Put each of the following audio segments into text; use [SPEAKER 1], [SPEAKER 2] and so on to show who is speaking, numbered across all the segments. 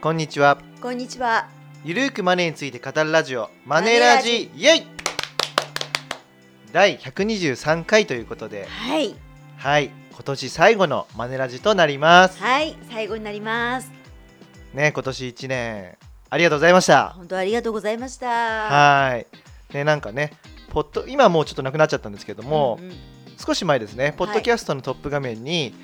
[SPEAKER 1] こんにちは
[SPEAKER 2] こんにちは。
[SPEAKER 1] ゆるーくマネーについて語るラジオマネラジイエイ第123回ということで
[SPEAKER 2] はい。
[SPEAKER 1] はい今年最後のマネラジとなります
[SPEAKER 2] はい。最後になります。
[SPEAKER 1] ね今年1年ありがとうございました
[SPEAKER 2] 本当ありがとうございました。
[SPEAKER 1] はいねなんかねポッド今もうちょっとなくなっちゃったんですけども、
[SPEAKER 2] うんうん
[SPEAKER 1] 少し前ですねポッドキャストのトップ画面に、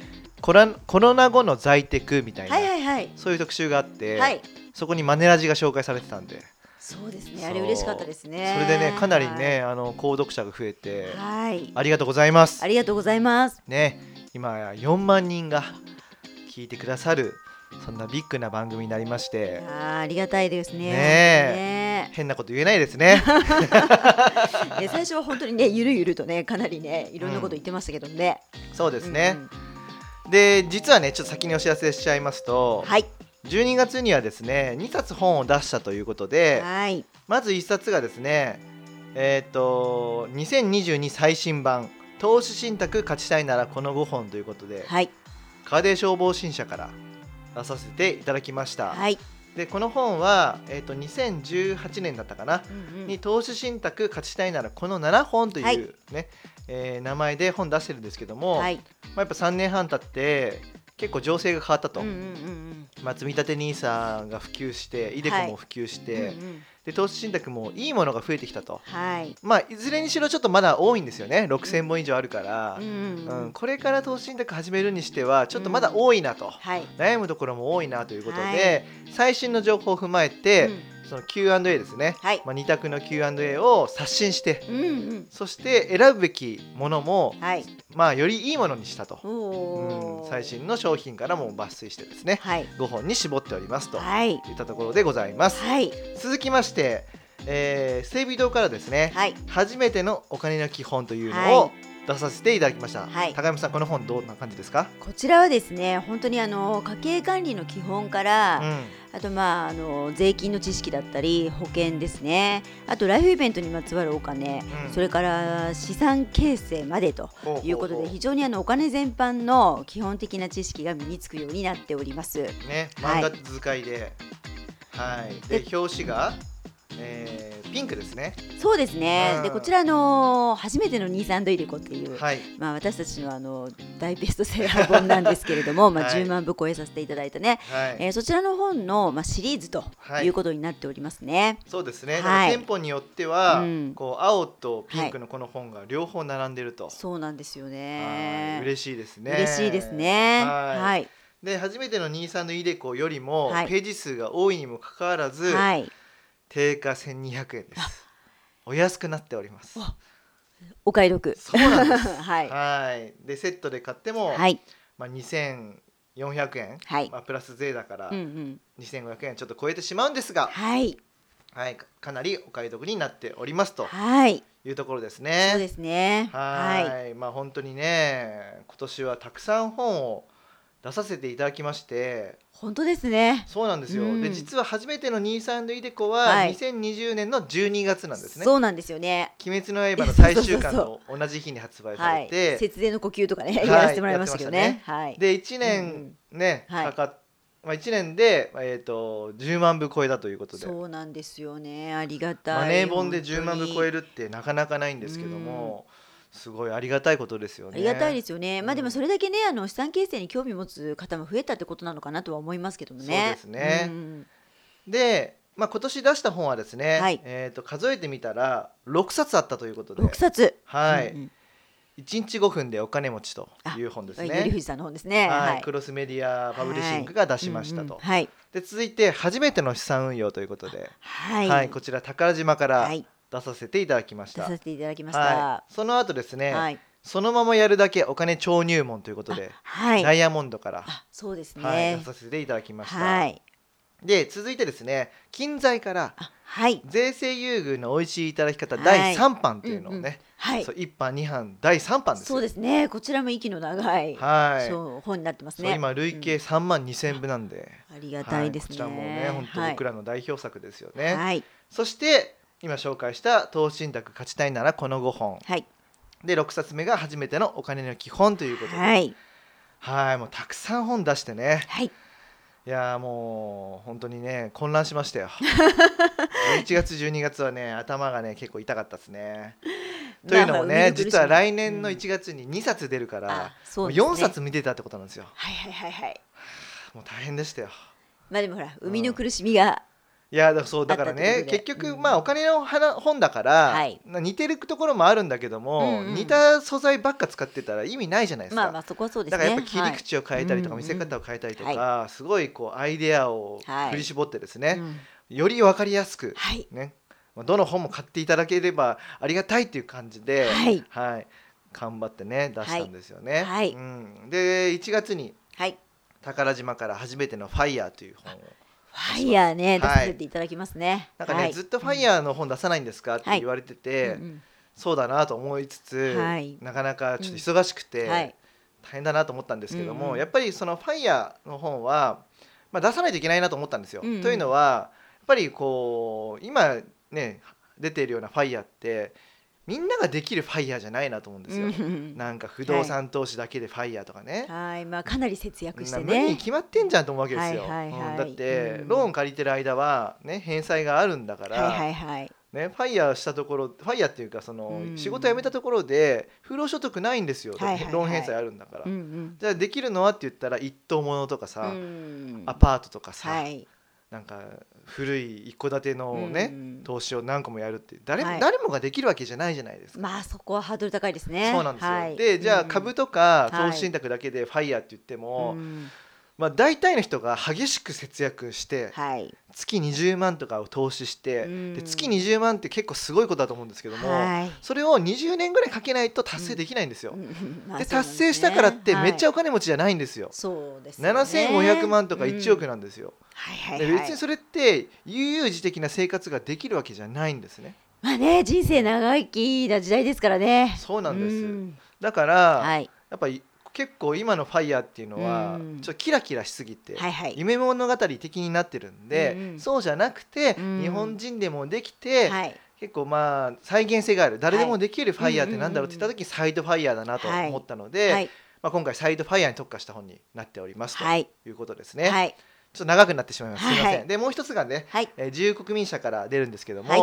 [SPEAKER 1] コラコロナ後の在宅みたいな、
[SPEAKER 2] はいはいはい。
[SPEAKER 1] そういう特集があって、
[SPEAKER 2] はい。
[SPEAKER 1] そこにマネラジが紹介されてたんで、
[SPEAKER 2] そうです
[SPEAKER 1] そ
[SPEAKER 2] ね。
[SPEAKER 1] う
[SPEAKER 2] あれ嬉しかったですね。
[SPEAKER 1] それでねかなりね、あの購読者が増えて、
[SPEAKER 2] はい。はい。
[SPEAKER 1] ありがとうございます
[SPEAKER 2] ありがとうございます。
[SPEAKER 1] ね今や4万人が聞いてくださるそんなビッグな番組になりまし
[SPEAKER 2] あ
[SPEAKER 1] て
[SPEAKER 2] ーありがたいですね。
[SPEAKER 1] ね
[SPEAKER 2] ね
[SPEAKER 1] 変なこと言えないです ね
[SPEAKER 2] ね最初は本当にねゆるゆるとねかなりねいろんなこと言ってましたけどね。
[SPEAKER 1] そうですね、
[SPEAKER 2] うんうん
[SPEAKER 1] で実はねちょっと先にお知らせしちゃいますと、
[SPEAKER 2] はい。
[SPEAKER 1] 12月にはですね2冊本を出したということで
[SPEAKER 2] はい。
[SPEAKER 1] まず1冊がですねえっ、と2022最新版投資信託勝ちたいならこの5本ということで、
[SPEAKER 2] はい。
[SPEAKER 1] 家電消防新社から出させていただきました、
[SPEAKER 2] はい。
[SPEAKER 1] でこの本は、えー、と2018年だったかな、
[SPEAKER 2] うんうん
[SPEAKER 1] に投資信託勝ちたいならこの7本という、ね
[SPEAKER 2] はい
[SPEAKER 1] えー名前で本出してるんですけども、
[SPEAKER 2] はい。
[SPEAKER 1] まあ、やっぱ3年半経って結構情勢が変わったと、
[SPEAKER 2] うんうんうん
[SPEAKER 1] まあ、積立 NISA が普及してイデコも普及し
[SPEAKER 2] うん。
[SPEAKER 1] て、
[SPEAKER 2] うんうん
[SPEAKER 1] で投資信託もいいものが増えてきたと、
[SPEAKER 2] はい。
[SPEAKER 1] まあ、いずれにしろちょっとまだ多いんですよね6000本以上あるから、
[SPEAKER 2] う
[SPEAKER 1] うんん
[SPEAKER 2] うんうん。
[SPEAKER 1] これから投資信託始めるにしてはちょっとまだ多いなと。
[SPEAKER 2] はい。
[SPEAKER 1] 悩むところも多いなということで、
[SPEAKER 2] はい
[SPEAKER 1] 最新の情報を踏まえて、
[SPEAKER 2] うん
[SPEAKER 1] その Q&A ですね、
[SPEAKER 2] はい。
[SPEAKER 1] まあ、2択の Q&A を刷新して
[SPEAKER 2] うんうん。
[SPEAKER 1] そして選ぶべきものも、
[SPEAKER 2] はい。
[SPEAKER 1] まあ、よりいいものにしたと、
[SPEAKER 2] お
[SPEAKER 1] う
[SPEAKER 2] お。
[SPEAKER 1] ん最。新の商品からも抜粋してですね
[SPEAKER 2] はい。
[SPEAKER 1] 5本に絞っておりますと
[SPEAKER 2] はい。
[SPEAKER 1] いったところでございます、
[SPEAKER 2] はい。
[SPEAKER 1] 続きまして、えー、整備堂からですね、
[SPEAKER 2] はい。
[SPEAKER 1] 初めてのお金の基本というのを
[SPEAKER 2] は
[SPEAKER 1] 出させていただきました、
[SPEAKER 2] はい
[SPEAKER 1] 高山さんこの本どんな感じですか、
[SPEAKER 2] こちらはですね、本当にあの家計管理の基本から、
[SPEAKER 1] うん
[SPEAKER 2] あとまああの税金の知識だったり保険ですね、あとライフイベントにまつわるお金、
[SPEAKER 1] うん
[SPEAKER 2] それから資産形成までと
[SPEAKER 1] ほほほ
[SPEAKER 2] いうことで非常にあのお金全般の基本的な知識が身につくようになっております。
[SPEAKER 1] ね、
[SPEAKER 2] は
[SPEAKER 1] 漫
[SPEAKER 2] い
[SPEAKER 1] 画図解で、はい、で表紙が、えーピンクですね。
[SPEAKER 2] そうですね。
[SPEAKER 1] うん
[SPEAKER 2] でこちらあの初めてのニーサンドイデコっていう。
[SPEAKER 1] はい、
[SPEAKER 2] まあ、私たちのあの大ベストセラー本なんですけれ ども、まあ、
[SPEAKER 1] はい
[SPEAKER 2] 10万部超えさせていただいたね、
[SPEAKER 1] はい、
[SPEAKER 2] えーそちらの本の、まあ、シリーズと
[SPEAKER 1] はい
[SPEAKER 2] いうことになっておりますね。
[SPEAKER 1] そうですね。
[SPEAKER 2] はい
[SPEAKER 1] 店舗によっては、
[SPEAKER 2] うん
[SPEAKER 1] こう青とピンクのこの本が両方並んでると、
[SPEAKER 2] そうなんですよ
[SPEAKER 1] は
[SPEAKER 2] ね
[SPEAKER 1] い、嬉しいですね。
[SPEAKER 2] 嬉しいですね。
[SPEAKER 1] はい。
[SPEAKER 2] はい、
[SPEAKER 1] で初めてのニーサンのイデコよりも、
[SPEAKER 2] はい
[SPEAKER 1] ページ数が多いにもかかわらず、
[SPEAKER 2] はい、
[SPEAKER 1] 定価1200円です。お安くなっております。
[SPEAKER 2] あお買い得。
[SPEAKER 1] そうなんです
[SPEAKER 2] はい、は
[SPEAKER 1] はい。でセットで買っても、
[SPEAKER 2] い、
[SPEAKER 1] まあ2400円、
[SPEAKER 2] はい
[SPEAKER 1] まあプラス税だから。
[SPEAKER 2] うんうん、
[SPEAKER 1] 2500円ちょっと超えてしまうんですが、
[SPEAKER 2] はい、
[SPEAKER 1] はい、かかなりお買い得になっておりますと
[SPEAKER 2] はい、
[SPEAKER 1] いうところです
[SPEAKER 2] そう
[SPEAKER 1] ね。
[SPEAKER 2] ですね。
[SPEAKER 1] はい
[SPEAKER 2] は
[SPEAKER 1] まあ本当にね今年はたくさん本を出させていただきまして
[SPEAKER 2] い、本当ですね。
[SPEAKER 1] そうなんですよ、
[SPEAKER 2] うん
[SPEAKER 1] で実は初めてのニーサンドイデコは
[SPEAKER 2] はい
[SPEAKER 1] 2020年の12月なんですね。
[SPEAKER 2] そうなんですよね。
[SPEAKER 1] 鬼滅の刃の最終巻の同じ日に発売さ
[SPEAKER 2] は
[SPEAKER 1] れ
[SPEAKER 2] い、
[SPEAKER 1] て、
[SPEAKER 2] 節電の呼吸とかね、
[SPEAKER 1] はい
[SPEAKER 2] やらせてもらいましたけど
[SPEAKER 1] やって
[SPEAKER 2] ね
[SPEAKER 1] ま。
[SPEAKER 2] はい、
[SPEAKER 1] で1
[SPEAKER 2] うん
[SPEAKER 1] 年ね、
[SPEAKER 2] はい
[SPEAKER 1] かかっまあ、1年で、えー、と10万部超えたということで
[SPEAKER 2] そうなんですよね。ありがたい。
[SPEAKER 1] マネー本で10万部超え
[SPEAKER 2] る。
[SPEAKER 1] るってなかなかないんですけども、すごいありがたいことですよね。
[SPEAKER 2] ありがたいですすよね。
[SPEAKER 1] うん
[SPEAKER 2] まあでもそれだけね、あの資産形成に興味持つ方も増えたってことなのかなとは思いますけどもね。
[SPEAKER 1] そうですね
[SPEAKER 2] ん
[SPEAKER 1] で、まあ、今年出した本はですね、
[SPEAKER 2] はい
[SPEAKER 1] えー、と数えてみたら6冊あったということで
[SPEAKER 2] 六、冊。
[SPEAKER 1] はい
[SPEAKER 2] うんうん
[SPEAKER 1] 1日5分でお金持ちという本です
[SPEAKER 2] はい頼
[SPEAKER 1] ね。
[SPEAKER 2] 藤さんの本ですね。
[SPEAKER 1] はい
[SPEAKER 2] はい
[SPEAKER 1] ク。ロスメディアパブリッシングが出しましたと、
[SPEAKER 2] うんうんはい。
[SPEAKER 1] で続いて初めての資産運用ということで、
[SPEAKER 2] は。
[SPEAKER 1] はいこちら宝島から
[SPEAKER 2] はい
[SPEAKER 1] 出させていただきまし
[SPEAKER 2] 出
[SPEAKER 1] た、
[SPEAKER 2] させていただきました。は
[SPEAKER 1] はい、その後ですね、
[SPEAKER 2] い。はい。
[SPEAKER 1] そのままやるだけお金超入門ということで、ダイヤモンドから
[SPEAKER 2] あ、そうです
[SPEAKER 1] はい、出
[SPEAKER 2] ね。
[SPEAKER 1] させていただきました、
[SPEAKER 2] はい。
[SPEAKER 1] で続いてですね金財から
[SPEAKER 2] あ、はい。
[SPEAKER 1] 税制優遇の美味しいいただき方
[SPEAKER 2] はい
[SPEAKER 1] 第3版っていうのをね、
[SPEAKER 2] うんうんはい
[SPEAKER 1] そ。う1版2版第3版ですよ
[SPEAKER 2] そうですね。こちらも息の長い。
[SPEAKER 1] はいそう、
[SPEAKER 2] そう、本になってますね。
[SPEAKER 1] 今累計3万2000部なんで、
[SPEAKER 2] うん。ありがたいです
[SPEAKER 1] こ
[SPEAKER 2] ね。
[SPEAKER 1] ちらもね本当僕らの代表作ですよね、
[SPEAKER 2] はい。
[SPEAKER 1] そして今紹介した投資信託勝ちたいならこの5本
[SPEAKER 2] はい。
[SPEAKER 1] で6冊目が初めてのお金の基本ということで、
[SPEAKER 2] はい。
[SPEAKER 1] はいもうたくさん本出してね
[SPEAKER 2] はい。
[SPEAKER 1] いやーもう本当にね混乱しま したよ11月12月はね頭がね結構痛かったですねというのもね実は来年の1月に2冊出るから、
[SPEAKER 2] あそ
[SPEAKER 1] も
[SPEAKER 2] う
[SPEAKER 1] う
[SPEAKER 2] ですね
[SPEAKER 1] 4冊見てたってことなんですよ
[SPEAKER 2] はいはいはいはい
[SPEAKER 1] もう大変でしたよ
[SPEAKER 2] まあでもほら海の苦しみが、
[SPEAKER 1] いやだからそうだから
[SPEAKER 2] あった
[SPEAKER 1] ね
[SPEAKER 2] ってことで
[SPEAKER 1] 結局、
[SPEAKER 2] うん
[SPEAKER 1] まあお金の花本だから、
[SPEAKER 2] はい
[SPEAKER 1] な似てるところもあるんだけども、
[SPEAKER 2] うんうん
[SPEAKER 1] 似た素材ばっか使ってたら意味ないじゃないですか、
[SPEAKER 2] まあまあそこはそうです
[SPEAKER 1] だ
[SPEAKER 2] ね
[SPEAKER 1] からやっぱ切
[SPEAKER 2] は
[SPEAKER 1] り
[SPEAKER 2] い
[SPEAKER 1] 口を変えたりとか
[SPEAKER 2] はい
[SPEAKER 1] 見せ方を変えたりとか、
[SPEAKER 2] うんうん
[SPEAKER 1] すごいこうアイデアを
[SPEAKER 2] はい
[SPEAKER 1] 振り絞ってです
[SPEAKER 2] う
[SPEAKER 1] ね、
[SPEAKER 2] ん
[SPEAKER 1] より分かりやすく、
[SPEAKER 2] はい
[SPEAKER 1] ねまあ、どの本も買っていただければありがたいっていう感じで、
[SPEAKER 2] はい
[SPEAKER 1] 頑張ってね出したんですよね。
[SPEAKER 2] はい
[SPEAKER 1] うん、で1月に
[SPEAKER 2] はい
[SPEAKER 1] 宝島から初めての「ファイヤーという本を
[SPEAKER 2] ファイヤーね出
[SPEAKER 1] はい
[SPEAKER 2] させていただきますね、
[SPEAKER 1] なんかね、
[SPEAKER 2] はい
[SPEAKER 1] ずっと「ファイヤーの本出さないんですかって言われてて、
[SPEAKER 2] うん
[SPEAKER 1] そうだなと思いつつ、
[SPEAKER 2] はい
[SPEAKER 1] なかなかちょっと忙しくて、
[SPEAKER 2] うんはい
[SPEAKER 1] 大変だなと思ったんですけども、
[SPEAKER 2] うんうん
[SPEAKER 1] やっぱりその「ファイヤーの本は、まあ、出さないといけないなと思ったんですよ。
[SPEAKER 2] うんうん
[SPEAKER 1] というのはやっぱりこう今ね出ているような「ファイヤーってみんなができる「ファイヤーじゃないなと思うんですよ。
[SPEAKER 2] うん
[SPEAKER 1] なんか不動産投資だけで「ファイヤーとかね。
[SPEAKER 2] はいまあかなり節約し
[SPEAKER 1] な
[SPEAKER 2] て
[SPEAKER 1] 無理に
[SPEAKER 2] ね
[SPEAKER 1] 決まってんじゃんと思うわけですよ、
[SPEAKER 2] はいはいはい
[SPEAKER 1] うんだって、
[SPEAKER 2] うん
[SPEAKER 1] ローン借りてる間は、ね、返済があるんだから、
[SPEAKER 2] はいはいはい
[SPEAKER 1] ね、ファイヤーしたところファイヤーっていうかその、
[SPEAKER 2] うん
[SPEAKER 1] 仕事辞めたところで不労所得ないんですよ、
[SPEAKER 2] はいはいはい
[SPEAKER 1] ローン返済あるんだから、
[SPEAKER 2] うんうん
[SPEAKER 1] じゃあできるのはって言ったら一棟物とかさ、
[SPEAKER 2] うん
[SPEAKER 1] アパートとかさ、
[SPEAKER 2] はい
[SPEAKER 1] なんか古い一戸建てのね、
[SPEAKER 2] うん
[SPEAKER 1] 投資を何個もやるって誰,、
[SPEAKER 2] はい
[SPEAKER 1] 誰もができるわけじゃないじゃないですか。
[SPEAKER 2] まあそこはハードル高いですね
[SPEAKER 1] そうなんですよ、
[SPEAKER 2] はい
[SPEAKER 1] でじゃあ株とか
[SPEAKER 2] はい
[SPEAKER 1] 投資信託だけでファイヤーって言っても、
[SPEAKER 2] うん
[SPEAKER 1] まあ、大体の人が激しく節約して
[SPEAKER 2] はい
[SPEAKER 1] 月20万とかを投資して、
[SPEAKER 2] うん
[SPEAKER 1] で月20万って結構すごいことだと思うんですけども、
[SPEAKER 2] はい
[SPEAKER 1] それを20年ぐらいかけないと達成できないんですよ。
[SPEAKER 2] うんまあ
[SPEAKER 1] で
[SPEAKER 2] そうなん
[SPEAKER 1] 達
[SPEAKER 2] すね
[SPEAKER 1] 成したからってめっちゃ
[SPEAKER 2] は
[SPEAKER 1] お金持ちじゃないんですよ
[SPEAKER 2] い。そうですよね
[SPEAKER 1] 7500万とか1億
[SPEAKER 2] うん
[SPEAKER 1] なんですよ。
[SPEAKER 2] はいはい
[SPEAKER 1] で
[SPEAKER 2] はい
[SPEAKER 1] 別にそれって悠々自適な生活ができるわけじゃないんですね。
[SPEAKER 2] まあね人生長生きな時代ですからね
[SPEAKER 1] そうなんです
[SPEAKER 2] うん
[SPEAKER 1] だから
[SPEAKER 2] はい
[SPEAKER 1] やっぱり結構今のファイヤーっていうのは
[SPEAKER 2] うん
[SPEAKER 1] ちょっとキラキラしすぎて
[SPEAKER 2] はいはい
[SPEAKER 1] 夢物語的になってるん
[SPEAKER 2] うんう
[SPEAKER 1] で
[SPEAKER 2] ん
[SPEAKER 1] そうじゃなくて
[SPEAKER 2] うん
[SPEAKER 1] 日本人でもできて
[SPEAKER 2] はい
[SPEAKER 1] 結構まあ再現性がある誰でもできるファイヤーってなんだろうって言った時にサイドファイヤーだなと思ったので
[SPEAKER 2] はい
[SPEAKER 1] まあ、今回サイドファイヤーに特化した本になっておりますと
[SPEAKER 2] はい
[SPEAKER 1] いうことですね、
[SPEAKER 2] はい
[SPEAKER 1] ちょっと長くなってしまいますす
[SPEAKER 2] はい
[SPEAKER 1] みません、
[SPEAKER 2] はい
[SPEAKER 1] でもう一つがね、
[SPEAKER 2] はい
[SPEAKER 1] えー、自由国民社から出るんですけども、
[SPEAKER 2] は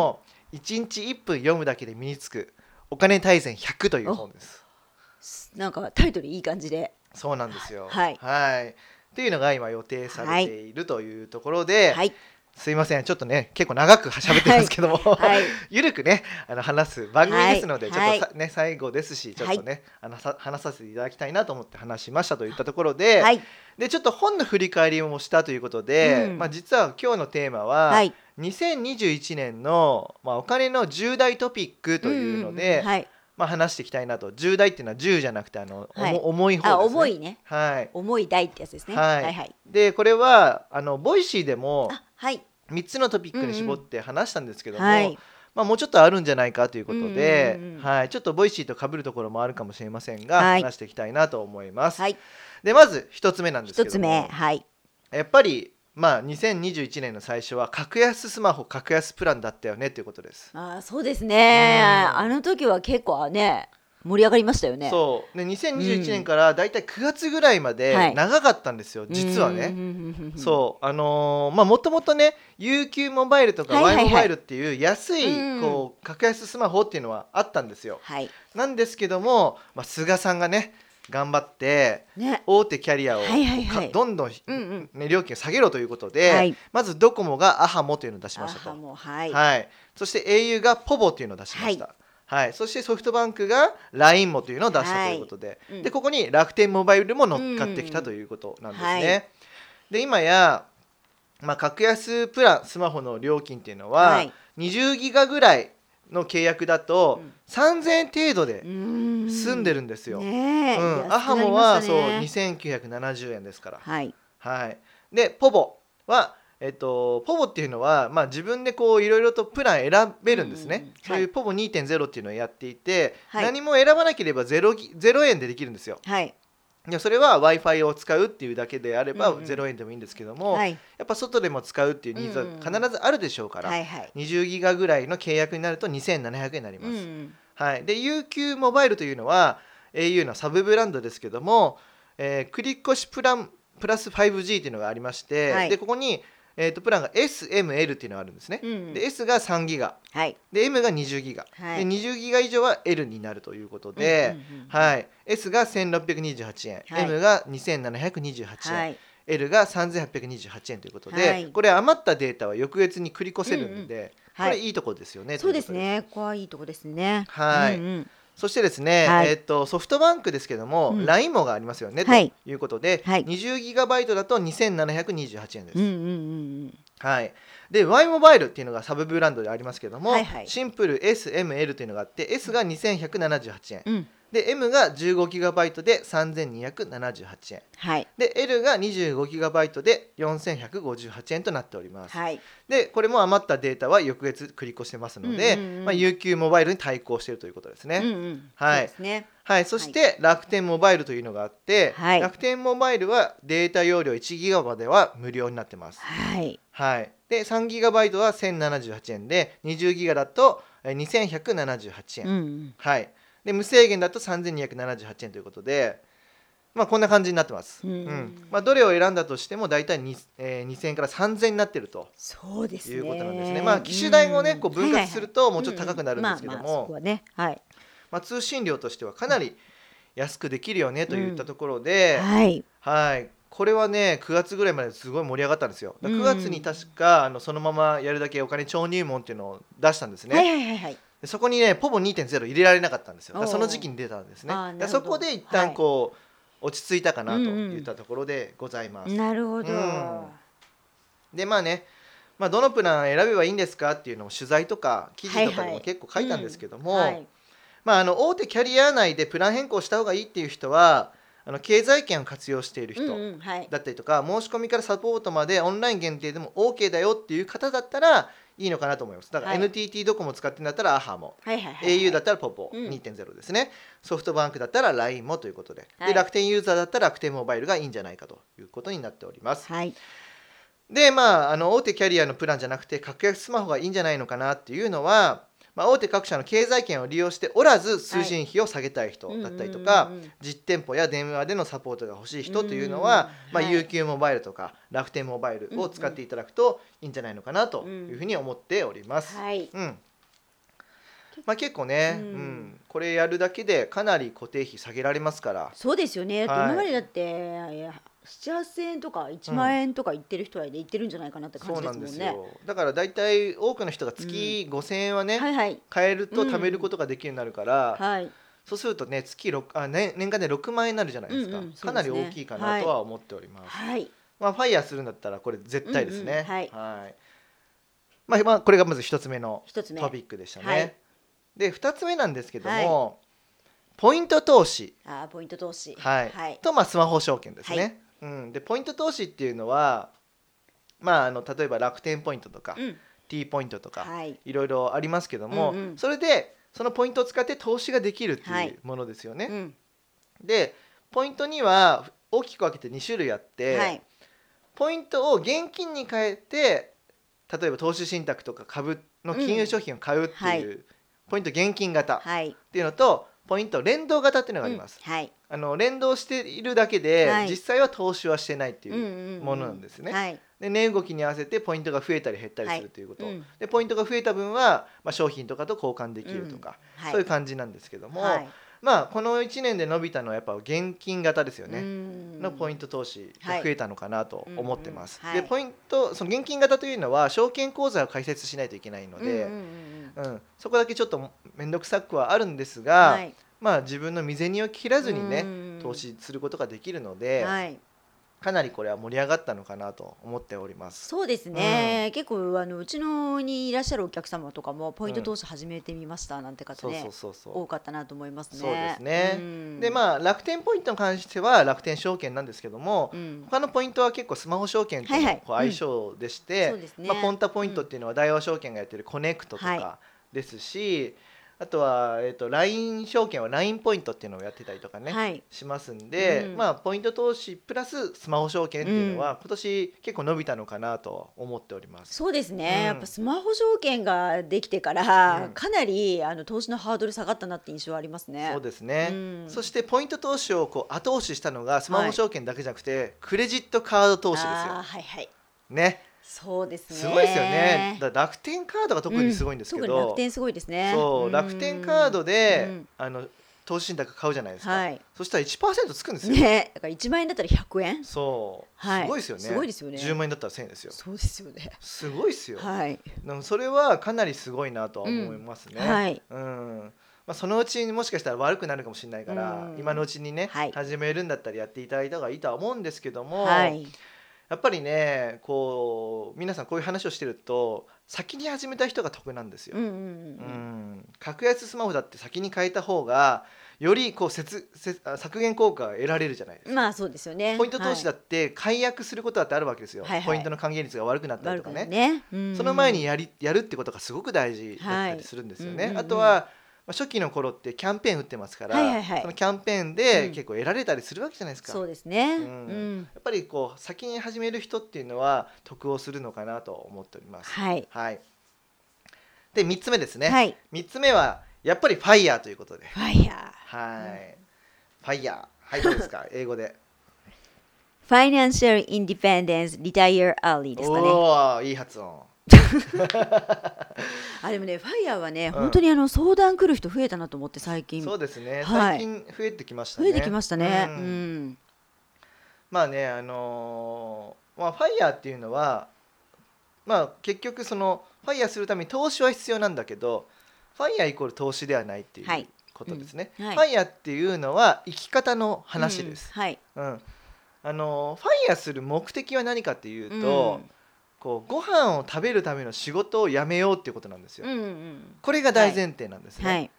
[SPEAKER 1] 1日1分読むだけで身につくお金大全100という本です
[SPEAKER 2] なんかタイトルいい感じで
[SPEAKER 1] そうなんですよ
[SPEAKER 2] はい
[SPEAKER 1] いっていうのが今予定されているというところで、
[SPEAKER 2] はい
[SPEAKER 1] すいませんちょっとね結構長く喋ってますけども、
[SPEAKER 2] はい
[SPEAKER 1] ゆるくねあの話す番組ですので、
[SPEAKER 2] はい
[SPEAKER 1] ちょっとさね最後ですしちょっとね、あのさ話させていただきたいなと思って話しましたといったところで、
[SPEAKER 2] はい
[SPEAKER 1] でちょっと本の振り返りもしたということで、
[SPEAKER 2] うん
[SPEAKER 1] まあ、実は今日のテーマは、
[SPEAKER 2] はい
[SPEAKER 1] 2021年の、まあ、お金の重大トピックというので、
[SPEAKER 2] んんんはい
[SPEAKER 1] まあ、話していきたいなと重大っていうのは重じゃなくてあの、
[SPEAKER 2] はい
[SPEAKER 1] 重重い方です、ね、
[SPEAKER 2] あ重いね
[SPEAKER 1] はい
[SPEAKER 2] 重い台ってやつですね
[SPEAKER 1] はい
[SPEAKER 2] はいはい
[SPEAKER 1] でこれはあのボイシーでも
[SPEAKER 2] あはい
[SPEAKER 1] 3つのトピックに絞って話したんですけども、
[SPEAKER 2] はい
[SPEAKER 1] まあ、もうちょっとあるんじゃないかということで、
[SPEAKER 2] うんうんうんうん
[SPEAKER 1] はい、ちょっとボイシーと被るところもあるかもしれませんが、
[SPEAKER 2] はい
[SPEAKER 1] 話していきたいなと思います。
[SPEAKER 2] はい
[SPEAKER 1] でまず1つ目なんですけ
[SPEAKER 2] 一
[SPEAKER 1] ども
[SPEAKER 2] つ目はい
[SPEAKER 1] やっぱりまあ2021年の最初は格安スマホ格安プランだったよねということです。
[SPEAKER 2] あーそうですね
[SPEAKER 1] うん
[SPEAKER 2] あの時は結構ね盛り上がりましたよね
[SPEAKER 1] そうで2021年からだいたい9月ぐらいま
[SPEAKER 2] は
[SPEAKER 1] で
[SPEAKER 2] い
[SPEAKER 1] 長かったんですよ、実はね。
[SPEAKER 2] ね
[SPEAKER 1] そうあのーまあもともとね UQ モバイルとか
[SPEAKER 2] はいはい
[SPEAKER 1] Y
[SPEAKER 2] は
[SPEAKER 1] モ
[SPEAKER 2] い
[SPEAKER 1] バイルっていう安い
[SPEAKER 2] うん
[SPEAKER 1] こう格安スマホっていうのはあったんですよ。
[SPEAKER 2] はい
[SPEAKER 1] なんですけども、まあ、菅さんがね頑張って
[SPEAKER 2] ね
[SPEAKER 1] 大手キャリアを
[SPEAKER 2] はいはいはい
[SPEAKER 1] かどんどん、
[SPEAKER 2] うんうん
[SPEAKER 1] ね、料金を下げろということで、
[SPEAKER 2] はい
[SPEAKER 1] まずドコモがアハモというのを出しましたと
[SPEAKER 2] あ。もうはい
[SPEAKER 1] はいそして au がポボというのを出しました、はいそしてソフトバンクが LINE もというのを出したということで、
[SPEAKER 2] はいうん
[SPEAKER 1] でここに楽天モバイルも乗っかってきたということなんですね。
[SPEAKER 2] うんはい
[SPEAKER 1] で今や、まあ、格安プランスマホの料金っていうのは、
[SPEAKER 2] はい
[SPEAKER 1] 20ギガぐらいの契約だと、
[SPEAKER 2] うん
[SPEAKER 1] 3000円程度で
[SPEAKER 2] 住
[SPEAKER 1] 済んで
[SPEAKER 2] る
[SPEAKER 1] るんですよ。
[SPEAKER 2] ねえ
[SPEAKER 1] うん、アハモはそう2970円ですから、
[SPEAKER 2] はい
[SPEAKER 1] はい、でポボは、えっと、ポボっていうのは、まあ、自分でこういろいろとプラン選べるんです
[SPEAKER 2] うんうん
[SPEAKER 1] ね
[SPEAKER 2] はい、
[SPEAKER 1] そういうポボ2.0っていうのをやっていて、
[SPEAKER 2] はい
[SPEAKER 1] 何も選ばなければ 0, ぎ0円でできるんですよ
[SPEAKER 2] はい
[SPEAKER 1] いやそれは w i f i を使うっていうだけであれば
[SPEAKER 2] うんうん
[SPEAKER 1] 0円でもいいんですけども、
[SPEAKER 2] はい
[SPEAKER 1] やっぱ外でも使うっていうニーズは必ずあるでしょうから、
[SPEAKER 2] はいはい
[SPEAKER 1] 20ギガぐらいの契約になると2700円になり
[SPEAKER 2] う
[SPEAKER 1] ます、
[SPEAKER 2] ん
[SPEAKER 1] はい、で UQ モバイルというのは au のサブブランドですけども、えー繰越プランプラス 5G っていうのがありまして、
[SPEAKER 2] はい
[SPEAKER 1] でここに、えー、とプランが SML っていうのがあるんですね、
[SPEAKER 2] うん
[SPEAKER 1] で S が3ギガ
[SPEAKER 2] はい
[SPEAKER 1] で M が20ギガ、
[SPEAKER 2] は
[SPEAKER 1] で
[SPEAKER 2] い
[SPEAKER 1] 20ギガ以上は L になるということで、
[SPEAKER 2] うんうんうん
[SPEAKER 1] はい、S が1628円、
[SPEAKER 2] はい
[SPEAKER 1] M が2728円、
[SPEAKER 2] はい、
[SPEAKER 1] L が3828円ということで、
[SPEAKER 2] はい
[SPEAKER 1] これ余ったデータは翌月に繰り越せるんで、
[SPEAKER 2] うんうんはい
[SPEAKER 1] これいいとこですよね。
[SPEAKER 2] そうです
[SPEAKER 1] といこと
[SPEAKER 2] ねここはいいとこですね
[SPEAKER 1] はい
[SPEAKER 2] うんうん
[SPEAKER 1] そしてですね、
[SPEAKER 2] はい
[SPEAKER 1] えっとソフトバンクですけども、
[SPEAKER 2] うん
[SPEAKER 1] LINE もがありますよね、
[SPEAKER 2] はい
[SPEAKER 1] ということで、
[SPEAKER 2] はい
[SPEAKER 1] 20ギガバイトだと2728円です。
[SPEAKER 2] うんうん
[SPEAKER 1] はい、で Y モバイルっていうのがサブブランドでありますけども、
[SPEAKER 2] はいはい
[SPEAKER 1] シンプル SML というのがあって S が2178円
[SPEAKER 2] うんうんうん
[SPEAKER 1] で M が15ギガバイトで3278円
[SPEAKER 2] はい
[SPEAKER 1] で L が25ギガバイトで4158円となっております。
[SPEAKER 2] はい
[SPEAKER 1] でこれも余ったデータは翌月繰り越してますので、
[SPEAKER 2] うんうんうん
[SPEAKER 1] まあ、UQ モバイルに対抗しているということですね。
[SPEAKER 2] うんうん
[SPEAKER 1] はい
[SPEAKER 2] そうですね
[SPEAKER 1] はい、そして楽天モバイルというのがあって、
[SPEAKER 2] はい
[SPEAKER 1] 楽天モバイルはデータ容量1ギガまでは無料になってます。
[SPEAKER 2] はい
[SPEAKER 1] はい、で3ギガバイトは1078円で20ギガだとえー2178円、
[SPEAKER 2] うんうん
[SPEAKER 1] はい、で無制限だと3278円ということで、まあ、こんな感じになってます。
[SPEAKER 2] うん
[SPEAKER 1] まあ、どれを選んだとしても大体に、えー2000円から3000円になってると。
[SPEAKER 2] そうですね
[SPEAKER 1] いうことなんですねまあ機種代をねこう分割するともうちょっと高くなるんですけども
[SPEAKER 2] うんうんまあまあそこはねはい
[SPEAKER 1] まあ、通信料としてはかなり安くできるよねといったところで、
[SPEAKER 2] はい
[SPEAKER 1] はいこれはね9月ぐらいまですごい盛り上がったんですよだから
[SPEAKER 2] うん
[SPEAKER 1] 9月に確か、あのそのままやるだけお金超入門っていうのを出したんですね、
[SPEAKER 2] はいはいはいはい
[SPEAKER 1] でそこにねポポ2.0入れられなかったんですよだから
[SPEAKER 2] おー
[SPEAKER 1] その時期に出たんですね
[SPEAKER 2] あーなるほど
[SPEAKER 1] でそこで一旦こう、落ち着いたかなといったところでございます、
[SPEAKER 2] なるほど
[SPEAKER 1] うんでまあねまあ、どのプラン選べばいいんですかっていうのも取材とか記事とか
[SPEAKER 2] はい
[SPEAKER 1] で
[SPEAKER 2] は
[SPEAKER 1] も
[SPEAKER 2] い
[SPEAKER 1] 結構書いたんですけども、
[SPEAKER 2] はい
[SPEAKER 1] まあ、あの大手キャリア内でプラン変更した方がいいっていう人はあの経済圏を活用している人
[SPEAKER 2] うんうんはい
[SPEAKER 1] だったりとか、申し込みからサポートまでオンライン限定でも OK だよっていう方だったらいいのかなと思いますだから
[SPEAKER 2] はい
[SPEAKER 1] NTT ドコモ使ってんだったらアハも、
[SPEAKER 2] はいはいはい
[SPEAKER 1] au だったらポポ
[SPEAKER 2] うん
[SPEAKER 1] 2.0ですね、ソフトバンクだったら LINE もということで,、
[SPEAKER 2] はい
[SPEAKER 1] で楽天ユーザーだったら楽天モバイルがいいんじゃないかということになっております
[SPEAKER 2] はい
[SPEAKER 1] でまああの大手キャリアのプランじゃなくて格安スマホがいいんじゃないのかなっていうのは、まあ、大手各社の経済圏を利用しておらず通信費を下げたい人だったりとか、
[SPEAKER 2] うんうんうんうん
[SPEAKER 1] 実店舗や電話でのサポートが欲しい人というのは、
[SPEAKER 2] うん
[SPEAKER 1] まあ、
[SPEAKER 2] はい
[SPEAKER 1] UQ モバイルとか楽天モバイルを使っていただくといいんじゃないのかなというふうに思っております。
[SPEAKER 2] はい
[SPEAKER 1] うんまあ、結構ね、
[SPEAKER 2] う
[SPEAKER 1] うんんこれやるだけでかなり固定費下げられますから
[SPEAKER 2] そうですよね、だって
[SPEAKER 1] はい
[SPEAKER 2] 今までだっていや7,8,000円とか1万円とか言ってる人は言ってるんじゃないかなって感
[SPEAKER 1] そう
[SPEAKER 2] じで
[SPEAKER 1] な
[SPEAKER 2] す
[SPEAKER 1] ん
[SPEAKER 2] も
[SPEAKER 1] で
[SPEAKER 2] ん
[SPEAKER 1] す
[SPEAKER 2] ね。
[SPEAKER 1] よだから大体多くの人が月5000円はね、
[SPEAKER 2] はいはい
[SPEAKER 1] 変えると貯めることができるようになるから、
[SPEAKER 2] はい
[SPEAKER 1] そうするとね月6あ年年間で6万円になるじゃないですか、
[SPEAKER 2] うんうんそうですね
[SPEAKER 1] かなり大きいかなとは思っております、
[SPEAKER 2] はい
[SPEAKER 1] まあファイヤーするんだったらこれ絶対ですね、
[SPEAKER 2] うんうんはい
[SPEAKER 1] まあ、まあこれがまず一つ目の
[SPEAKER 2] 一つ目
[SPEAKER 1] トピックでしたね、
[SPEAKER 2] はい
[SPEAKER 1] で二つ目なんですけども、ポイント投資、
[SPEAKER 2] あーポイント投資
[SPEAKER 1] はい
[SPEAKER 2] はい
[SPEAKER 1] と、まあ、スマホ証券です
[SPEAKER 2] はい
[SPEAKER 1] ね、うん、でポイント投資っていうのはまあ、あの例えば楽天ポイントとか、
[SPEAKER 2] うん
[SPEAKER 1] T ポイントとか、
[SPEAKER 2] はい
[SPEAKER 1] いろいろありますけども、
[SPEAKER 2] うんうん
[SPEAKER 1] それでそのポイントを使って投資ができるって
[SPEAKER 2] はいいう
[SPEAKER 1] ものですよね。
[SPEAKER 2] うん
[SPEAKER 1] でポイントには大きく分けて2種類あって、
[SPEAKER 2] はい
[SPEAKER 1] ポイントを現金に変えて例えば投資信託とか株の金融商品を買うって
[SPEAKER 2] うんはい
[SPEAKER 1] いう、ポイント現金型っ
[SPEAKER 2] はい
[SPEAKER 1] ていうのとポイント連動型っていうのがあります。
[SPEAKER 2] うんはい
[SPEAKER 1] あの連動しているだけで、
[SPEAKER 2] はい
[SPEAKER 1] 実際は投資はしてないって
[SPEAKER 2] うん
[SPEAKER 1] いう、
[SPEAKER 2] うんうん
[SPEAKER 1] ものなんですね
[SPEAKER 2] はい
[SPEAKER 1] で値動きに合わせてポイントが増えたり減ったりするということ、
[SPEAKER 2] うん
[SPEAKER 1] でポイントが増えた分は、まあ、商品とかと交換できるとか、
[SPEAKER 2] はい
[SPEAKER 1] そういう感じなんですけども、
[SPEAKER 2] はい
[SPEAKER 1] まあこの1年で伸びたのはやっぱ現金型ですよ
[SPEAKER 2] う
[SPEAKER 1] ね、
[SPEAKER 2] ん
[SPEAKER 1] のポイント投資が増えたのかなと思ってます。
[SPEAKER 2] はいうん
[SPEAKER 1] で
[SPEAKER 2] うんはい
[SPEAKER 1] ポイントその現金型というのは証券口座を開設しないといけないので、
[SPEAKER 2] う
[SPEAKER 1] うん
[SPEAKER 2] うんんうん
[SPEAKER 1] そこだけちょっと面倒くさくはあるんですが、
[SPEAKER 2] はい
[SPEAKER 1] まあ自分の身銭を切らずにね、
[SPEAKER 2] うん
[SPEAKER 1] 投資することができるので、
[SPEAKER 2] はい
[SPEAKER 1] かなりこれは盛り上がったのかなと思っております。
[SPEAKER 2] そうですね、結構あのうちのにいらっしゃるお客様とかもポイント投資始めてみましたなんて方
[SPEAKER 1] そう
[SPEAKER 2] ね、
[SPEAKER 1] そうそうそう。
[SPEAKER 2] 多かったなと思いますね。
[SPEAKER 1] そうですね
[SPEAKER 2] うん
[SPEAKER 1] でまあ楽天ポイントに関しては楽天証券なんですけども、
[SPEAKER 2] うん
[SPEAKER 1] 他のポイントは結構スマホ証券と
[SPEAKER 2] はいは
[SPEAKER 1] の
[SPEAKER 2] い
[SPEAKER 1] こう相性でして、
[SPEAKER 2] そうですね
[SPEAKER 1] まあ、ポンタポイントっていうのは大和証券がやってるコネクトと
[SPEAKER 2] は
[SPEAKER 1] かですし、あとは、えー、と LINE 証券は LINE ポイントっていうのをやってたりとかね、
[SPEAKER 2] はい。
[SPEAKER 1] しますんで、
[SPEAKER 2] うん
[SPEAKER 1] まあ、ポイント投資プラススマホ証券っていうのは、今年結構伸びたのかなと思っております。
[SPEAKER 2] そうですね、
[SPEAKER 1] うん
[SPEAKER 2] やっぱスマホ証券ができてから、
[SPEAKER 1] うん
[SPEAKER 2] かなりあの投資のハードル下がったなって印象はありますね。
[SPEAKER 1] そうですね、
[SPEAKER 2] うん
[SPEAKER 1] そしてポイント投資をこう後押ししたのがスマホ証券だけじゃなくて、クレジットカード投資です
[SPEAKER 2] あー
[SPEAKER 1] よ。
[SPEAKER 2] はいはい。
[SPEAKER 1] ね、
[SPEAKER 2] そうですね。
[SPEAKER 1] すごいですよね。だから楽天カードが特にすごいんですけ
[SPEAKER 2] うん特に
[SPEAKER 1] ど、
[SPEAKER 2] 楽天すごいですね。
[SPEAKER 1] そう楽天カードで、
[SPEAKER 2] うん
[SPEAKER 1] あの投資信託買うじゃないですか。
[SPEAKER 2] はい。
[SPEAKER 1] そしたら1%つくんですよ。
[SPEAKER 2] ね、だから一万円だったら百円。
[SPEAKER 1] そう、
[SPEAKER 2] はい
[SPEAKER 1] すごいですよね。
[SPEAKER 2] すごいですよね
[SPEAKER 1] 10万円だったら1000円ですよ。
[SPEAKER 2] そうですよね。
[SPEAKER 1] すごいですよ。
[SPEAKER 2] はい。
[SPEAKER 1] でもそれはかなりすごいなとは思いますね。
[SPEAKER 2] はい。
[SPEAKER 1] うんまあ、そのうちにもしかしたら悪くなるかもしれないから、
[SPEAKER 2] うん
[SPEAKER 1] 今のうちにね、
[SPEAKER 2] はい
[SPEAKER 1] 始めるんだったらやっていただいた方がいいとは思うんですけども、
[SPEAKER 2] はい。
[SPEAKER 1] やっぱりねこう皆さんこういう話をしてると先に始めた人が得なんですよ。
[SPEAKER 2] うんうん
[SPEAKER 1] う
[SPEAKER 2] うん。
[SPEAKER 1] ん格安スマホだって先に変えた方がよりこう節節あ削減効果が得られるじゃないですか。
[SPEAKER 2] まあそうですよね。
[SPEAKER 1] ポイント投資だ
[SPEAKER 2] っ
[SPEAKER 1] って解約することだってあるわけですよ、
[SPEAKER 2] はいはい
[SPEAKER 1] ポイントの還元率が悪くなったりと
[SPEAKER 2] 悪
[SPEAKER 1] か
[SPEAKER 2] く
[SPEAKER 1] ね
[SPEAKER 2] ね。ね。うんうん
[SPEAKER 1] その前にやりやるってことがすごく大事だったりするんですよね。
[SPEAKER 2] はいうんうんうん
[SPEAKER 1] あとはまあ初期の頃ってキャンペーン打ってますから、
[SPEAKER 2] はいはいはい
[SPEAKER 1] そのキャンペーン
[SPEAKER 2] う
[SPEAKER 1] で
[SPEAKER 2] ん
[SPEAKER 1] 結構得られたりするわけじゃないですか。
[SPEAKER 2] そうですね。う
[SPEAKER 1] うん
[SPEAKER 2] ん。
[SPEAKER 1] やっぱりこう先に始める人っていうのは得をするのかなと思っております。
[SPEAKER 2] はい。
[SPEAKER 1] はい、で3つ目ですね、
[SPEAKER 2] はい。
[SPEAKER 1] 三3つ目はやっぱりファイヤーということで。
[SPEAKER 2] ファイヤー。
[SPEAKER 1] はい、ファイヤーはいどうです か英語で。
[SPEAKER 2] Financial Independence Retire Early ですかね。
[SPEAKER 1] おおいい発音。
[SPEAKER 2] あでもね、ファイヤーはね、
[SPEAKER 1] ん
[SPEAKER 2] 本当にあの相談来る人増えたなと思って最近
[SPEAKER 1] そ
[SPEAKER 2] 増
[SPEAKER 1] うですね、
[SPEAKER 2] は
[SPEAKER 1] 最
[SPEAKER 2] い
[SPEAKER 1] 近増えてきましたね。
[SPEAKER 2] えてきましたね。う
[SPEAKER 1] うん
[SPEAKER 2] ん。
[SPEAKER 1] まあねあのーまあファイヤーっていうのはまあ結局そのファイヤーするために投資は必要なんだけどファイヤーイコール投資ではないっていう
[SPEAKER 2] はい
[SPEAKER 1] ことですね、
[SPEAKER 2] うんはい
[SPEAKER 1] ファイヤーっていうのは生き方の話です、
[SPEAKER 2] うん。はい。
[SPEAKER 1] うんあのーファイヤーする目的は何かっていうと、
[SPEAKER 2] う
[SPEAKER 1] こうご飯を食べるための仕事をやめようっていうことなんですよ、
[SPEAKER 2] んうんうん
[SPEAKER 1] これが大前提なんです
[SPEAKER 2] うん。
[SPEAKER 1] ね、
[SPEAKER 2] はい。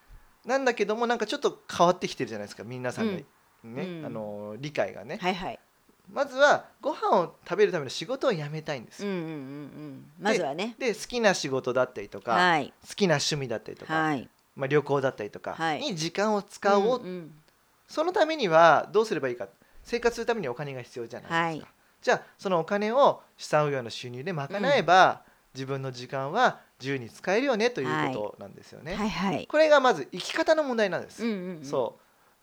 [SPEAKER 1] なんだけどもなんかちょっと変わってきてるじゃないですか皆さんの、ね
[SPEAKER 2] うん
[SPEAKER 1] あのー理解がね、
[SPEAKER 2] はいはい。
[SPEAKER 1] まずはご飯を食べるための仕事を辞めたいんです
[SPEAKER 2] うん
[SPEAKER 1] よ、
[SPEAKER 2] うんうんうん。まずはね。
[SPEAKER 1] で好きな仕事だったりとか、
[SPEAKER 2] はい。
[SPEAKER 1] 好きな趣味だったりとか、
[SPEAKER 2] はい。
[SPEAKER 1] まあ、旅行だったりとか
[SPEAKER 2] はい
[SPEAKER 1] に時間を使おう、
[SPEAKER 2] うんうん
[SPEAKER 1] そのためにはどうすればいいか生活するためにお金が必要じゃないですか、じゃあそのお金を資産運用の収入で賄えば、自分の時間は自由に使えるよねということなんですよね、
[SPEAKER 2] はいはい。
[SPEAKER 1] これがまず生き方の問題なんです、
[SPEAKER 2] うんうんうん
[SPEAKER 1] そ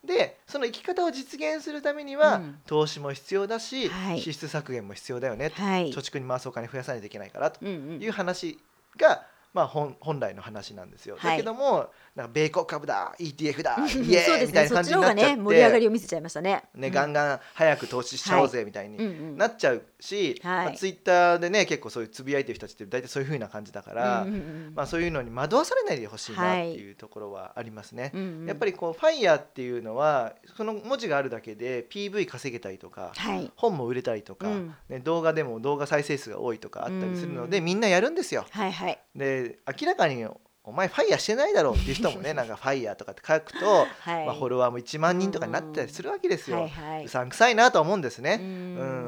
[SPEAKER 1] うでその生き方を実現するためには、
[SPEAKER 2] うん
[SPEAKER 1] 投資も必要だし、
[SPEAKER 2] はい
[SPEAKER 1] 支出削減も必要だよね、
[SPEAKER 2] はい。
[SPEAKER 1] 貯蓄に回すお金増やさないといけないからと
[SPEAKER 2] うんうん
[SPEAKER 1] いう話が、まあ、本本来の話なんですよ、
[SPEAKER 2] は
[SPEAKER 1] だ
[SPEAKER 2] い
[SPEAKER 1] けどもなんか米国株だ ETF だ
[SPEAKER 2] そう
[SPEAKER 1] イエー
[SPEAKER 2] で
[SPEAKER 1] イ
[SPEAKER 2] す
[SPEAKER 1] みた
[SPEAKER 2] ね。
[SPEAKER 1] いな
[SPEAKER 2] そっ
[SPEAKER 1] 感
[SPEAKER 2] ち
[SPEAKER 1] じに
[SPEAKER 2] の
[SPEAKER 1] な
[SPEAKER 2] 方
[SPEAKER 1] っ
[SPEAKER 2] が
[SPEAKER 1] ちゃって、
[SPEAKER 2] ね、盛り上がりを見せちゃいましたね。
[SPEAKER 1] ね、ガンガン早く投資しちゃおうぜみたいに。
[SPEAKER 2] うんうん。
[SPEAKER 1] なっちゃうし、
[SPEAKER 2] はい
[SPEAKER 1] まあ、ツイッターでね結構そういうつぶやいてる人たちって大体そういう風な感じだから、
[SPEAKER 2] うんうんうん
[SPEAKER 1] まあ、そういうのに惑わされないでほしいなっていうところはありますね。
[SPEAKER 2] うんうん
[SPEAKER 1] やっぱりこう「ファイヤーっていうのはその文字があるだけで PV 稼げたりとか、
[SPEAKER 2] はい。
[SPEAKER 1] 本も売れたりとか、
[SPEAKER 2] うん
[SPEAKER 1] ね、動画でも動画再生数が多いとかあったりするので、
[SPEAKER 2] うん
[SPEAKER 1] みんなやるんですよ。
[SPEAKER 2] はいはい。
[SPEAKER 1] で明らかにお前ファイヤーしてないだろうっていう人 もねなんかファイヤーとかって書くと、
[SPEAKER 2] はい。
[SPEAKER 1] まあ、フォロワーも1万人とかになったりするわけですよ。。
[SPEAKER 2] はいはいう
[SPEAKER 1] さんくさいなとは思うんですね。
[SPEAKER 2] うん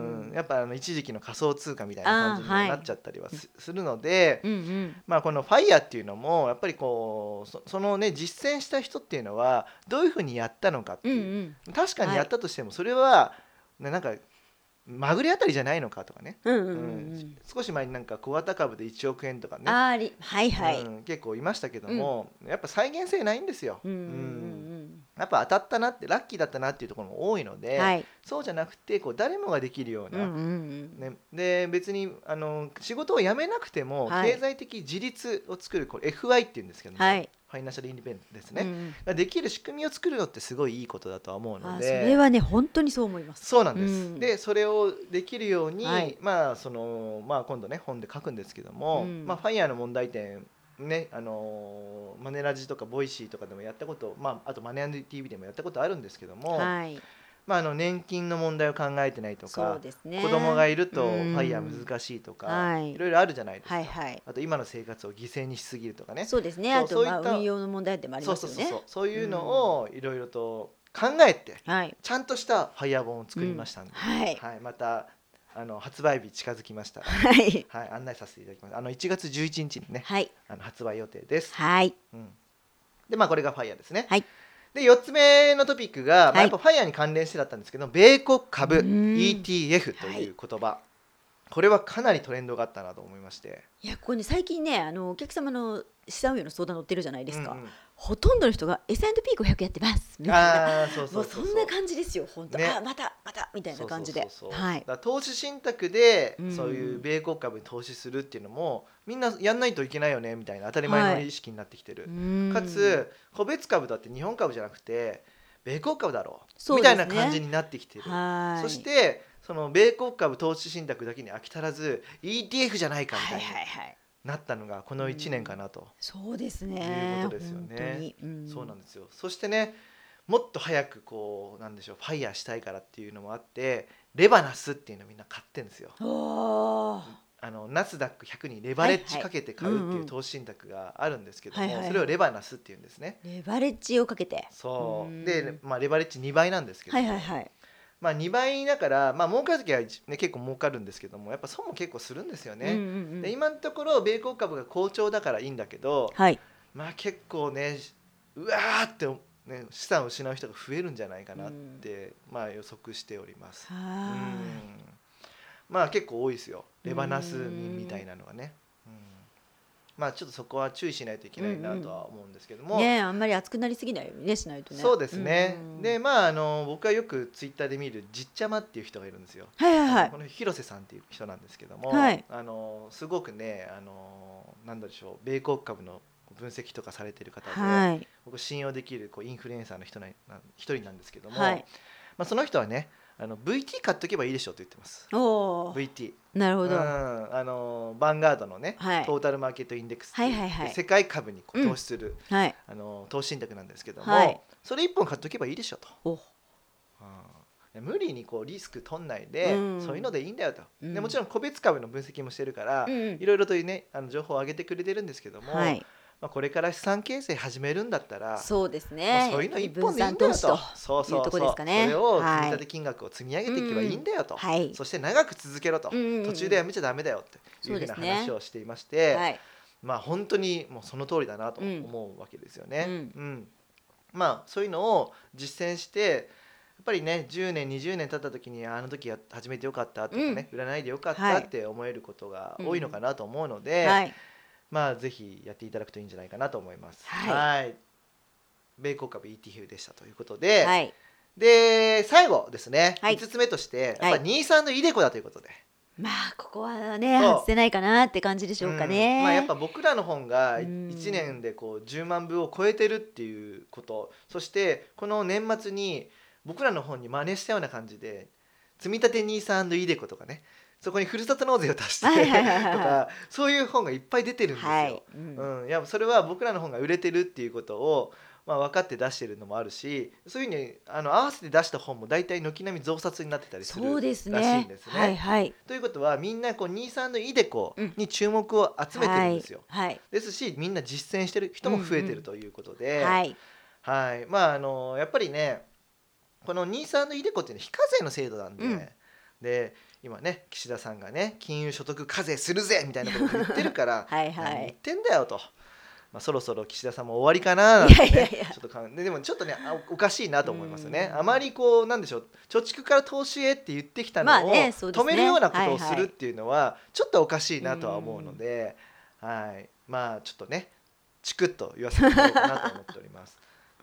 [SPEAKER 1] うんやっぱあの一時期の仮想通貨みたいな感じにも
[SPEAKER 2] あーはい
[SPEAKER 1] なっちゃったりはす,、るので、
[SPEAKER 2] うんうん。
[SPEAKER 1] まあ、この FIRE っていうのもやっぱりこうそそのね実践した人っていうのはどういうふうにやったのかって
[SPEAKER 2] うんう
[SPEAKER 1] いう、
[SPEAKER 2] ん。
[SPEAKER 1] 確かにやったとしてもそれは、ねなんかまぐれあたりじゃないのかとかね、
[SPEAKER 2] うんうんう
[SPEAKER 1] うんん少し前になんか小型株で1億円とか
[SPEAKER 2] う
[SPEAKER 1] ね
[SPEAKER 2] ん。あーり、はいはい。う
[SPEAKER 1] うんん結構いましたけども、やっぱ再現性ないんですよ、
[SPEAKER 2] うん
[SPEAKER 1] うん
[SPEAKER 2] うん
[SPEAKER 1] やっぱ当たったなってラッキーだったなっていうところも多いの
[SPEAKER 2] う
[SPEAKER 1] で、
[SPEAKER 2] ん。はい。
[SPEAKER 1] そうじゃなくてこう誰もができるよう
[SPEAKER 2] うん
[SPEAKER 1] な、
[SPEAKER 2] うんうん。
[SPEAKER 1] ね、で別にあの仕事を辞めなくても、
[SPEAKER 2] はい
[SPEAKER 1] 経済的自立を作るこれ FI っていうんですけども
[SPEAKER 2] はい
[SPEAKER 1] ファイナンシャルインディペンデンスです
[SPEAKER 2] うん
[SPEAKER 1] ね、
[SPEAKER 2] うん。
[SPEAKER 1] ができる仕組みを作るのってすごいいいことだとは思う
[SPEAKER 2] あ
[SPEAKER 1] の
[SPEAKER 2] ーそれ
[SPEAKER 1] で。
[SPEAKER 2] はね、本当にそう思います。
[SPEAKER 1] そうなんです、
[SPEAKER 2] うん
[SPEAKER 1] でそれをできるように、
[SPEAKER 2] はい
[SPEAKER 1] まあそのまあ、今度ね本で書くんですけども、
[SPEAKER 2] うん
[SPEAKER 1] まあ、ファイヤーの問題点ねあのーマネラジとかボイシーとかでもやったこと、まあ、あとマネアン TV でもやったことあるんですけども、
[SPEAKER 2] はい。
[SPEAKER 1] まあ、あの年金の問題を考えてないと
[SPEAKER 2] そ
[SPEAKER 1] か
[SPEAKER 2] う、ですね。
[SPEAKER 1] 子供がいるとフ
[SPEAKER 2] うん
[SPEAKER 1] ァイヤー難しいとか、
[SPEAKER 2] はい
[SPEAKER 1] い、ろいろあるじゃないですか、
[SPEAKER 2] はいはい。
[SPEAKER 1] あと今の生活を犠牲にしすぎるとかね
[SPEAKER 2] そうですね。
[SPEAKER 1] そう
[SPEAKER 2] あと
[SPEAKER 1] そういっ
[SPEAKER 2] ま
[SPEAKER 1] た
[SPEAKER 2] あ運用の問題でもあり
[SPEAKER 1] そ
[SPEAKER 2] ま
[SPEAKER 1] うそ
[SPEAKER 2] すよ
[SPEAKER 1] うそう
[SPEAKER 2] ね
[SPEAKER 1] そう。そういうのをいろいろと考えて
[SPEAKER 2] はい。
[SPEAKER 1] ちゃんとしたファイヤー本を作りましたんで、
[SPEAKER 2] はい。
[SPEAKER 1] はい、またあの発売日近づきましたら、
[SPEAKER 2] はい。
[SPEAKER 1] はい、案内させていただきますあの1月11日にね
[SPEAKER 2] はい。
[SPEAKER 1] あの発売予定です、
[SPEAKER 2] はい。
[SPEAKER 1] うん、でまあこれがファイヤーですね。
[SPEAKER 2] はい
[SPEAKER 1] で4つ目のトピックが、ま
[SPEAKER 2] は
[SPEAKER 1] あ、
[SPEAKER 2] い
[SPEAKER 1] やっぱファイヤーに関連してだったんですけど米国株
[SPEAKER 2] うん
[SPEAKER 1] ETF という言葉、これはかなりトレンドがあったなと思いまして
[SPEAKER 2] いやここに最近ねあのお客様の資産運用の相談乗ってるじゃないですか、
[SPEAKER 1] うんうん
[SPEAKER 2] ほとんどの人が S&P500 やってますみたいな
[SPEAKER 1] あ ーそうそうそう
[SPEAKER 2] もうそんな感じですよ本当、
[SPEAKER 1] ね
[SPEAKER 2] あまたまたみたいな感じで
[SPEAKER 1] そうそうそうそう
[SPEAKER 2] はい
[SPEAKER 1] だから投資信託で、
[SPEAKER 2] うん
[SPEAKER 1] そういう米国株に投資するっていうのもみんなやんないといけないよねみたいな当たり前の
[SPEAKER 2] はい
[SPEAKER 1] 意識になってきてる、か
[SPEAKER 2] か
[SPEAKER 1] つ個別株だって日本株じゃなくて米国株だろう、
[SPEAKER 2] そう
[SPEAKER 1] み
[SPEAKER 2] で
[SPEAKER 1] た
[SPEAKER 2] す
[SPEAKER 1] い
[SPEAKER 2] ね
[SPEAKER 1] な感じになってきてる、
[SPEAKER 2] はい
[SPEAKER 1] そしてその米国株投資信託だけに飽き足らず ETF じゃないかみ
[SPEAKER 2] は
[SPEAKER 1] たい
[SPEAKER 2] い
[SPEAKER 1] に
[SPEAKER 2] はいはい
[SPEAKER 1] なったのがこの1年かなと、
[SPEAKER 2] そうですね
[SPEAKER 1] いうことですよね
[SPEAKER 2] 本当に、ん
[SPEAKER 1] そうなんですよそしてねもっと早くこうなんでしょうファイヤーしたいからっていうのもあってレバナスっていうのみんな買ってんですよ
[SPEAKER 2] おー
[SPEAKER 1] あのナスダック100にレバレッジかけて買うっ
[SPEAKER 2] はい
[SPEAKER 1] て
[SPEAKER 2] はい
[SPEAKER 1] い
[SPEAKER 2] うんう
[SPEAKER 1] うん投資信託があるんですけど
[SPEAKER 2] はいは
[SPEAKER 1] も
[SPEAKER 2] い
[SPEAKER 1] それをレバナスっていうんですね
[SPEAKER 2] レバレッジをかけて
[SPEAKER 1] そううんで、まあ、レバレッジ2倍なんですけど
[SPEAKER 2] はい
[SPEAKER 1] も
[SPEAKER 2] はいはい
[SPEAKER 1] まあ2倍だからまあ儲かる時は、ね、結構儲かるんですけどもやっぱ損も結構するんですよ
[SPEAKER 2] うん
[SPEAKER 1] ね
[SPEAKER 2] うんうん
[SPEAKER 1] で今のところ米国株が好調だからいいんだけど
[SPEAKER 2] はい
[SPEAKER 1] まあ結構ねうわーって、ね、資産を失う人が増えるんじゃないかなって、まあ予測しております。う
[SPEAKER 2] はーい
[SPEAKER 1] んまあ結構多いですよレバナスみたいなのがね。うんまあちょっとそこは注意しないといけないなとは思うんですけども、
[SPEAKER 2] ねえあんまり熱くなりすぎないようにねしないとね
[SPEAKER 1] そうですね、
[SPEAKER 2] うんうん
[SPEAKER 1] でまああの僕はよくツイッターで見るじっちゃまっていう人がいるんですよ。
[SPEAKER 2] はいはいは
[SPEAKER 1] あの
[SPEAKER 2] い
[SPEAKER 1] この広瀬さんっていう人なんですけども、
[SPEAKER 2] はい
[SPEAKER 1] あのすごくねあのなんだでしょう米国株の分析とかされてる方で、
[SPEAKER 2] はい
[SPEAKER 1] 僕信用できるこうインフルエンサーの人なな一人なんですけども、
[SPEAKER 2] はい
[SPEAKER 1] まあ、その人はねあの VT 買っとけばいいでしょうと言ってます
[SPEAKER 2] おー
[SPEAKER 1] VT
[SPEAKER 2] なる
[SPEAKER 1] う
[SPEAKER 2] ほ
[SPEAKER 1] ん
[SPEAKER 2] ど
[SPEAKER 1] あのバンガードのね、
[SPEAKER 2] はい
[SPEAKER 1] トータルマーケットインデックスって
[SPEAKER 2] はいはいはい
[SPEAKER 1] 世界株にこう
[SPEAKER 2] うん
[SPEAKER 1] 投資する、
[SPEAKER 2] はい
[SPEAKER 1] あの投資信託なんですけども、
[SPEAKER 2] はい
[SPEAKER 1] それ一本買っとけばいいでしょうと、
[SPEAKER 2] お
[SPEAKER 1] うん無理にこうリスク取んないで、
[SPEAKER 2] うん
[SPEAKER 1] そういうのでいいんだよと、
[SPEAKER 2] うん
[SPEAKER 1] でもちろん個別株の分析もしてるから、
[SPEAKER 2] うんうん
[SPEAKER 1] いろいろというねあの情報を上げてくれてるんですけども、
[SPEAKER 2] はい
[SPEAKER 1] まあ、これから資産形成始めるんだったら
[SPEAKER 2] そうです
[SPEAKER 1] ま
[SPEAKER 2] ね
[SPEAKER 1] あそういうの一
[SPEAKER 2] 分
[SPEAKER 1] 本でいい
[SPEAKER 2] 散
[SPEAKER 1] んだよ
[SPEAKER 2] 投
[SPEAKER 1] と
[SPEAKER 2] 資と
[SPEAKER 1] そうそうそう
[SPEAKER 2] いうとこですかね
[SPEAKER 1] それを
[SPEAKER 2] はい
[SPEAKER 1] 積立金額を積み上げていけばいいんだよと、
[SPEAKER 2] はい
[SPEAKER 1] そして長く続けろと、
[SPEAKER 2] うんうんうん
[SPEAKER 1] 途中でやめちゃだめだよっていうふうな
[SPEAKER 2] そうですね
[SPEAKER 1] 話をしていまして、
[SPEAKER 2] はい
[SPEAKER 1] まあ本当にもうその通りだなと思うわけですよね。
[SPEAKER 2] う
[SPEAKER 1] うんんまあそういうのを実践してやっぱりね10年20年経った時にああの時や始めてよかったとかね、売らないでよかったって思えることが多いのかなと思うので、
[SPEAKER 2] はい
[SPEAKER 1] まあぜひやっていただくといいんじゃないかなと思います。
[SPEAKER 2] はい
[SPEAKER 1] 米国株 ETF でしたということで、
[SPEAKER 2] はい
[SPEAKER 1] で最後ですね、
[SPEAKER 2] はい
[SPEAKER 1] 5つ目として
[SPEAKER 2] はい
[SPEAKER 1] やっぱ二三のイデコだということで、
[SPEAKER 2] まあここはね
[SPEAKER 1] そう
[SPEAKER 2] 外せないかなって感じでしょうかね、
[SPEAKER 1] うんまあ、やっぱ僕らの本が
[SPEAKER 2] うん
[SPEAKER 1] 1年でこう10万部を超えてるっていうことそしてこの年末に僕らの本に真似したような感じで「積み立て NISA& イデコ」とかねそこにふるさと納税を足して
[SPEAKER 2] は い
[SPEAKER 1] と
[SPEAKER 2] はいはいはい
[SPEAKER 1] かそういう本がいっぱい出てるんですよ。
[SPEAKER 2] はい、うん
[SPEAKER 1] うん、いやそれは僕らの本が売れてるっていうことを、まあ、分かって出してるのもあるしそういうふうにあの合わせて出した本も大体軒並み増刷になってたりする
[SPEAKER 2] そうですね
[SPEAKER 1] らしいんですね。
[SPEAKER 2] はいはい
[SPEAKER 1] ということはみんなこう23のイデコに注目を集めてるんですよ。
[SPEAKER 2] はい
[SPEAKER 1] ですしみんな実践してる人も増えてるということで、
[SPEAKER 2] はい、
[SPEAKER 1] はいまああのやっぱりねこの23のイデコっていうのは非課税の制度なんで、
[SPEAKER 2] うん
[SPEAKER 1] で今ね岸田さんがね金融所得課税するぜみたいなことを言ってるから
[SPEAKER 2] はいはい
[SPEAKER 1] 何言ってんだよと。まあ、そろそろ岸田さんも終わりかななんて、ね、
[SPEAKER 2] いやいやいや
[SPEAKER 1] ちょっとかんででもちょっとねあおおかしいなと思いますよね
[SPEAKER 2] うん
[SPEAKER 1] あまりこうなんでしょう貯蓄から投資へって言ってきたの
[SPEAKER 2] まあ
[SPEAKER 1] を
[SPEAKER 2] ねそうです
[SPEAKER 1] 止
[SPEAKER 2] ね
[SPEAKER 1] めるようなこと
[SPEAKER 2] は
[SPEAKER 1] を
[SPEAKER 2] いはい
[SPEAKER 1] するっていうのはちょっとおかしいなとは思うので、はい、まあちょっとねチクッと言わせてもらおうかなと思っており ます。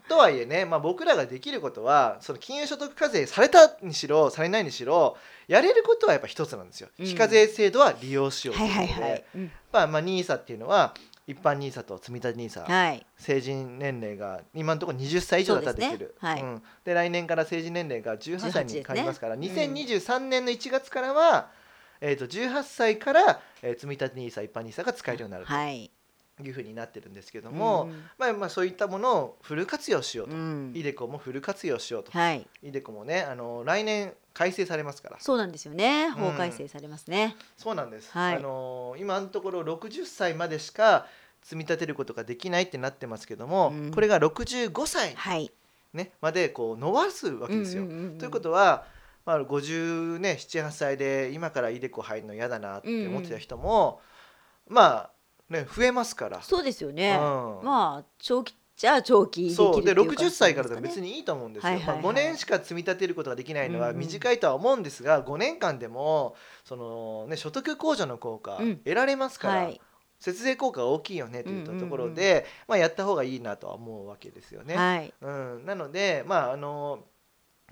[SPEAKER 1] とはいえね、まあ、僕らができることはその金融所得課税されたにしろされないにしろやれることはやっぱ一つなんですよ。
[SPEAKER 2] うん
[SPEAKER 1] 非課税制度は利用しようと
[SPEAKER 2] はいいうはい
[SPEAKER 1] こと
[SPEAKER 2] は
[SPEAKER 1] で
[SPEAKER 2] い、うん
[SPEAKER 1] まあまあ NISA っていうのは一般 NISA と積立 NISA、
[SPEAKER 2] はい
[SPEAKER 1] 成人年齢が今のところ20歳以上だったらできる
[SPEAKER 2] そうですねはい
[SPEAKER 1] ん、で来年から成人年齢が18歳
[SPEAKER 2] 18です
[SPEAKER 1] に
[SPEAKER 2] ね
[SPEAKER 1] 変わりますから、
[SPEAKER 2] うん
[SPEAKER 1] 2023年の1月からは、えー、と18歳から、えー、積立 NISA 一般 NISA が使えるようになる
[SPEAKER 2] はい
[SPEAKER 1] というふうになってるんですけども、まあ、まあそういったものをフル活用しよう
[SPEAKER 2] う
[SPEAKER 1] と、
[SPEAKER 2] ん
[SPEAKER 1] イデコもフル活用しようと、
[SPEAKER 2] はい
[SPEAKER 1] イデコもねあの来年改正されますから
[SPEAKER 2] そうなんですよね法改正されますね、
[SPEAKER 1] そうなんです、
[SPEAKER 2] はい
[SPEAKER 1] あのー今のところ60歳までしか積み立てることができないってなってますけども、
[SPEAKER 2] うん
[SPEAKER 1] これが65歳、
[SPEAKER 2] はい
[SPEAKER 1] ね、までこう伸ばすわけですよ。
[SPEAKER 2] うんうんうんうん
[SPEAKER 1] ということは、まあ、5 7ね78歳で今からイデコ入るの嫌だなって思ってた人も、まあね増えますから。
[SPEAKER 2] そうですよね、
[SPEAKER 1] うん
[SPEAKER 2] まあ長期じゃあ長期できる
[SPEAKER 1] そうで
[SPEAKER 2] ってい
[SPEAKER 1] 60歳からでも別
[SPEAKER 2] に
[SPEAKER 1] にいいと思うんですよ、
[SPEAKER 2] はいはいはい
[SPEAKER 1] まあ、5年しか積み立てることができないのは
[SPEAKER 2] うんうん
[SPEAKER 1] 短いとは思うんですが、5年間でもその、ね、所得控除の効果
[SPEAKER 2] うん
[SPEAKER 1] 得られますから、
[SPEAKER 2] はい
[SPEAKER 1] 節税効果が大きいよねといったところで、
[SPEAKER 2] う
[SPEAKER 1] まあ、やった方がいいなとは思うわけですよね。
[SPEAKER 2] はい
[SPEAKER 1] うん、なのでまああの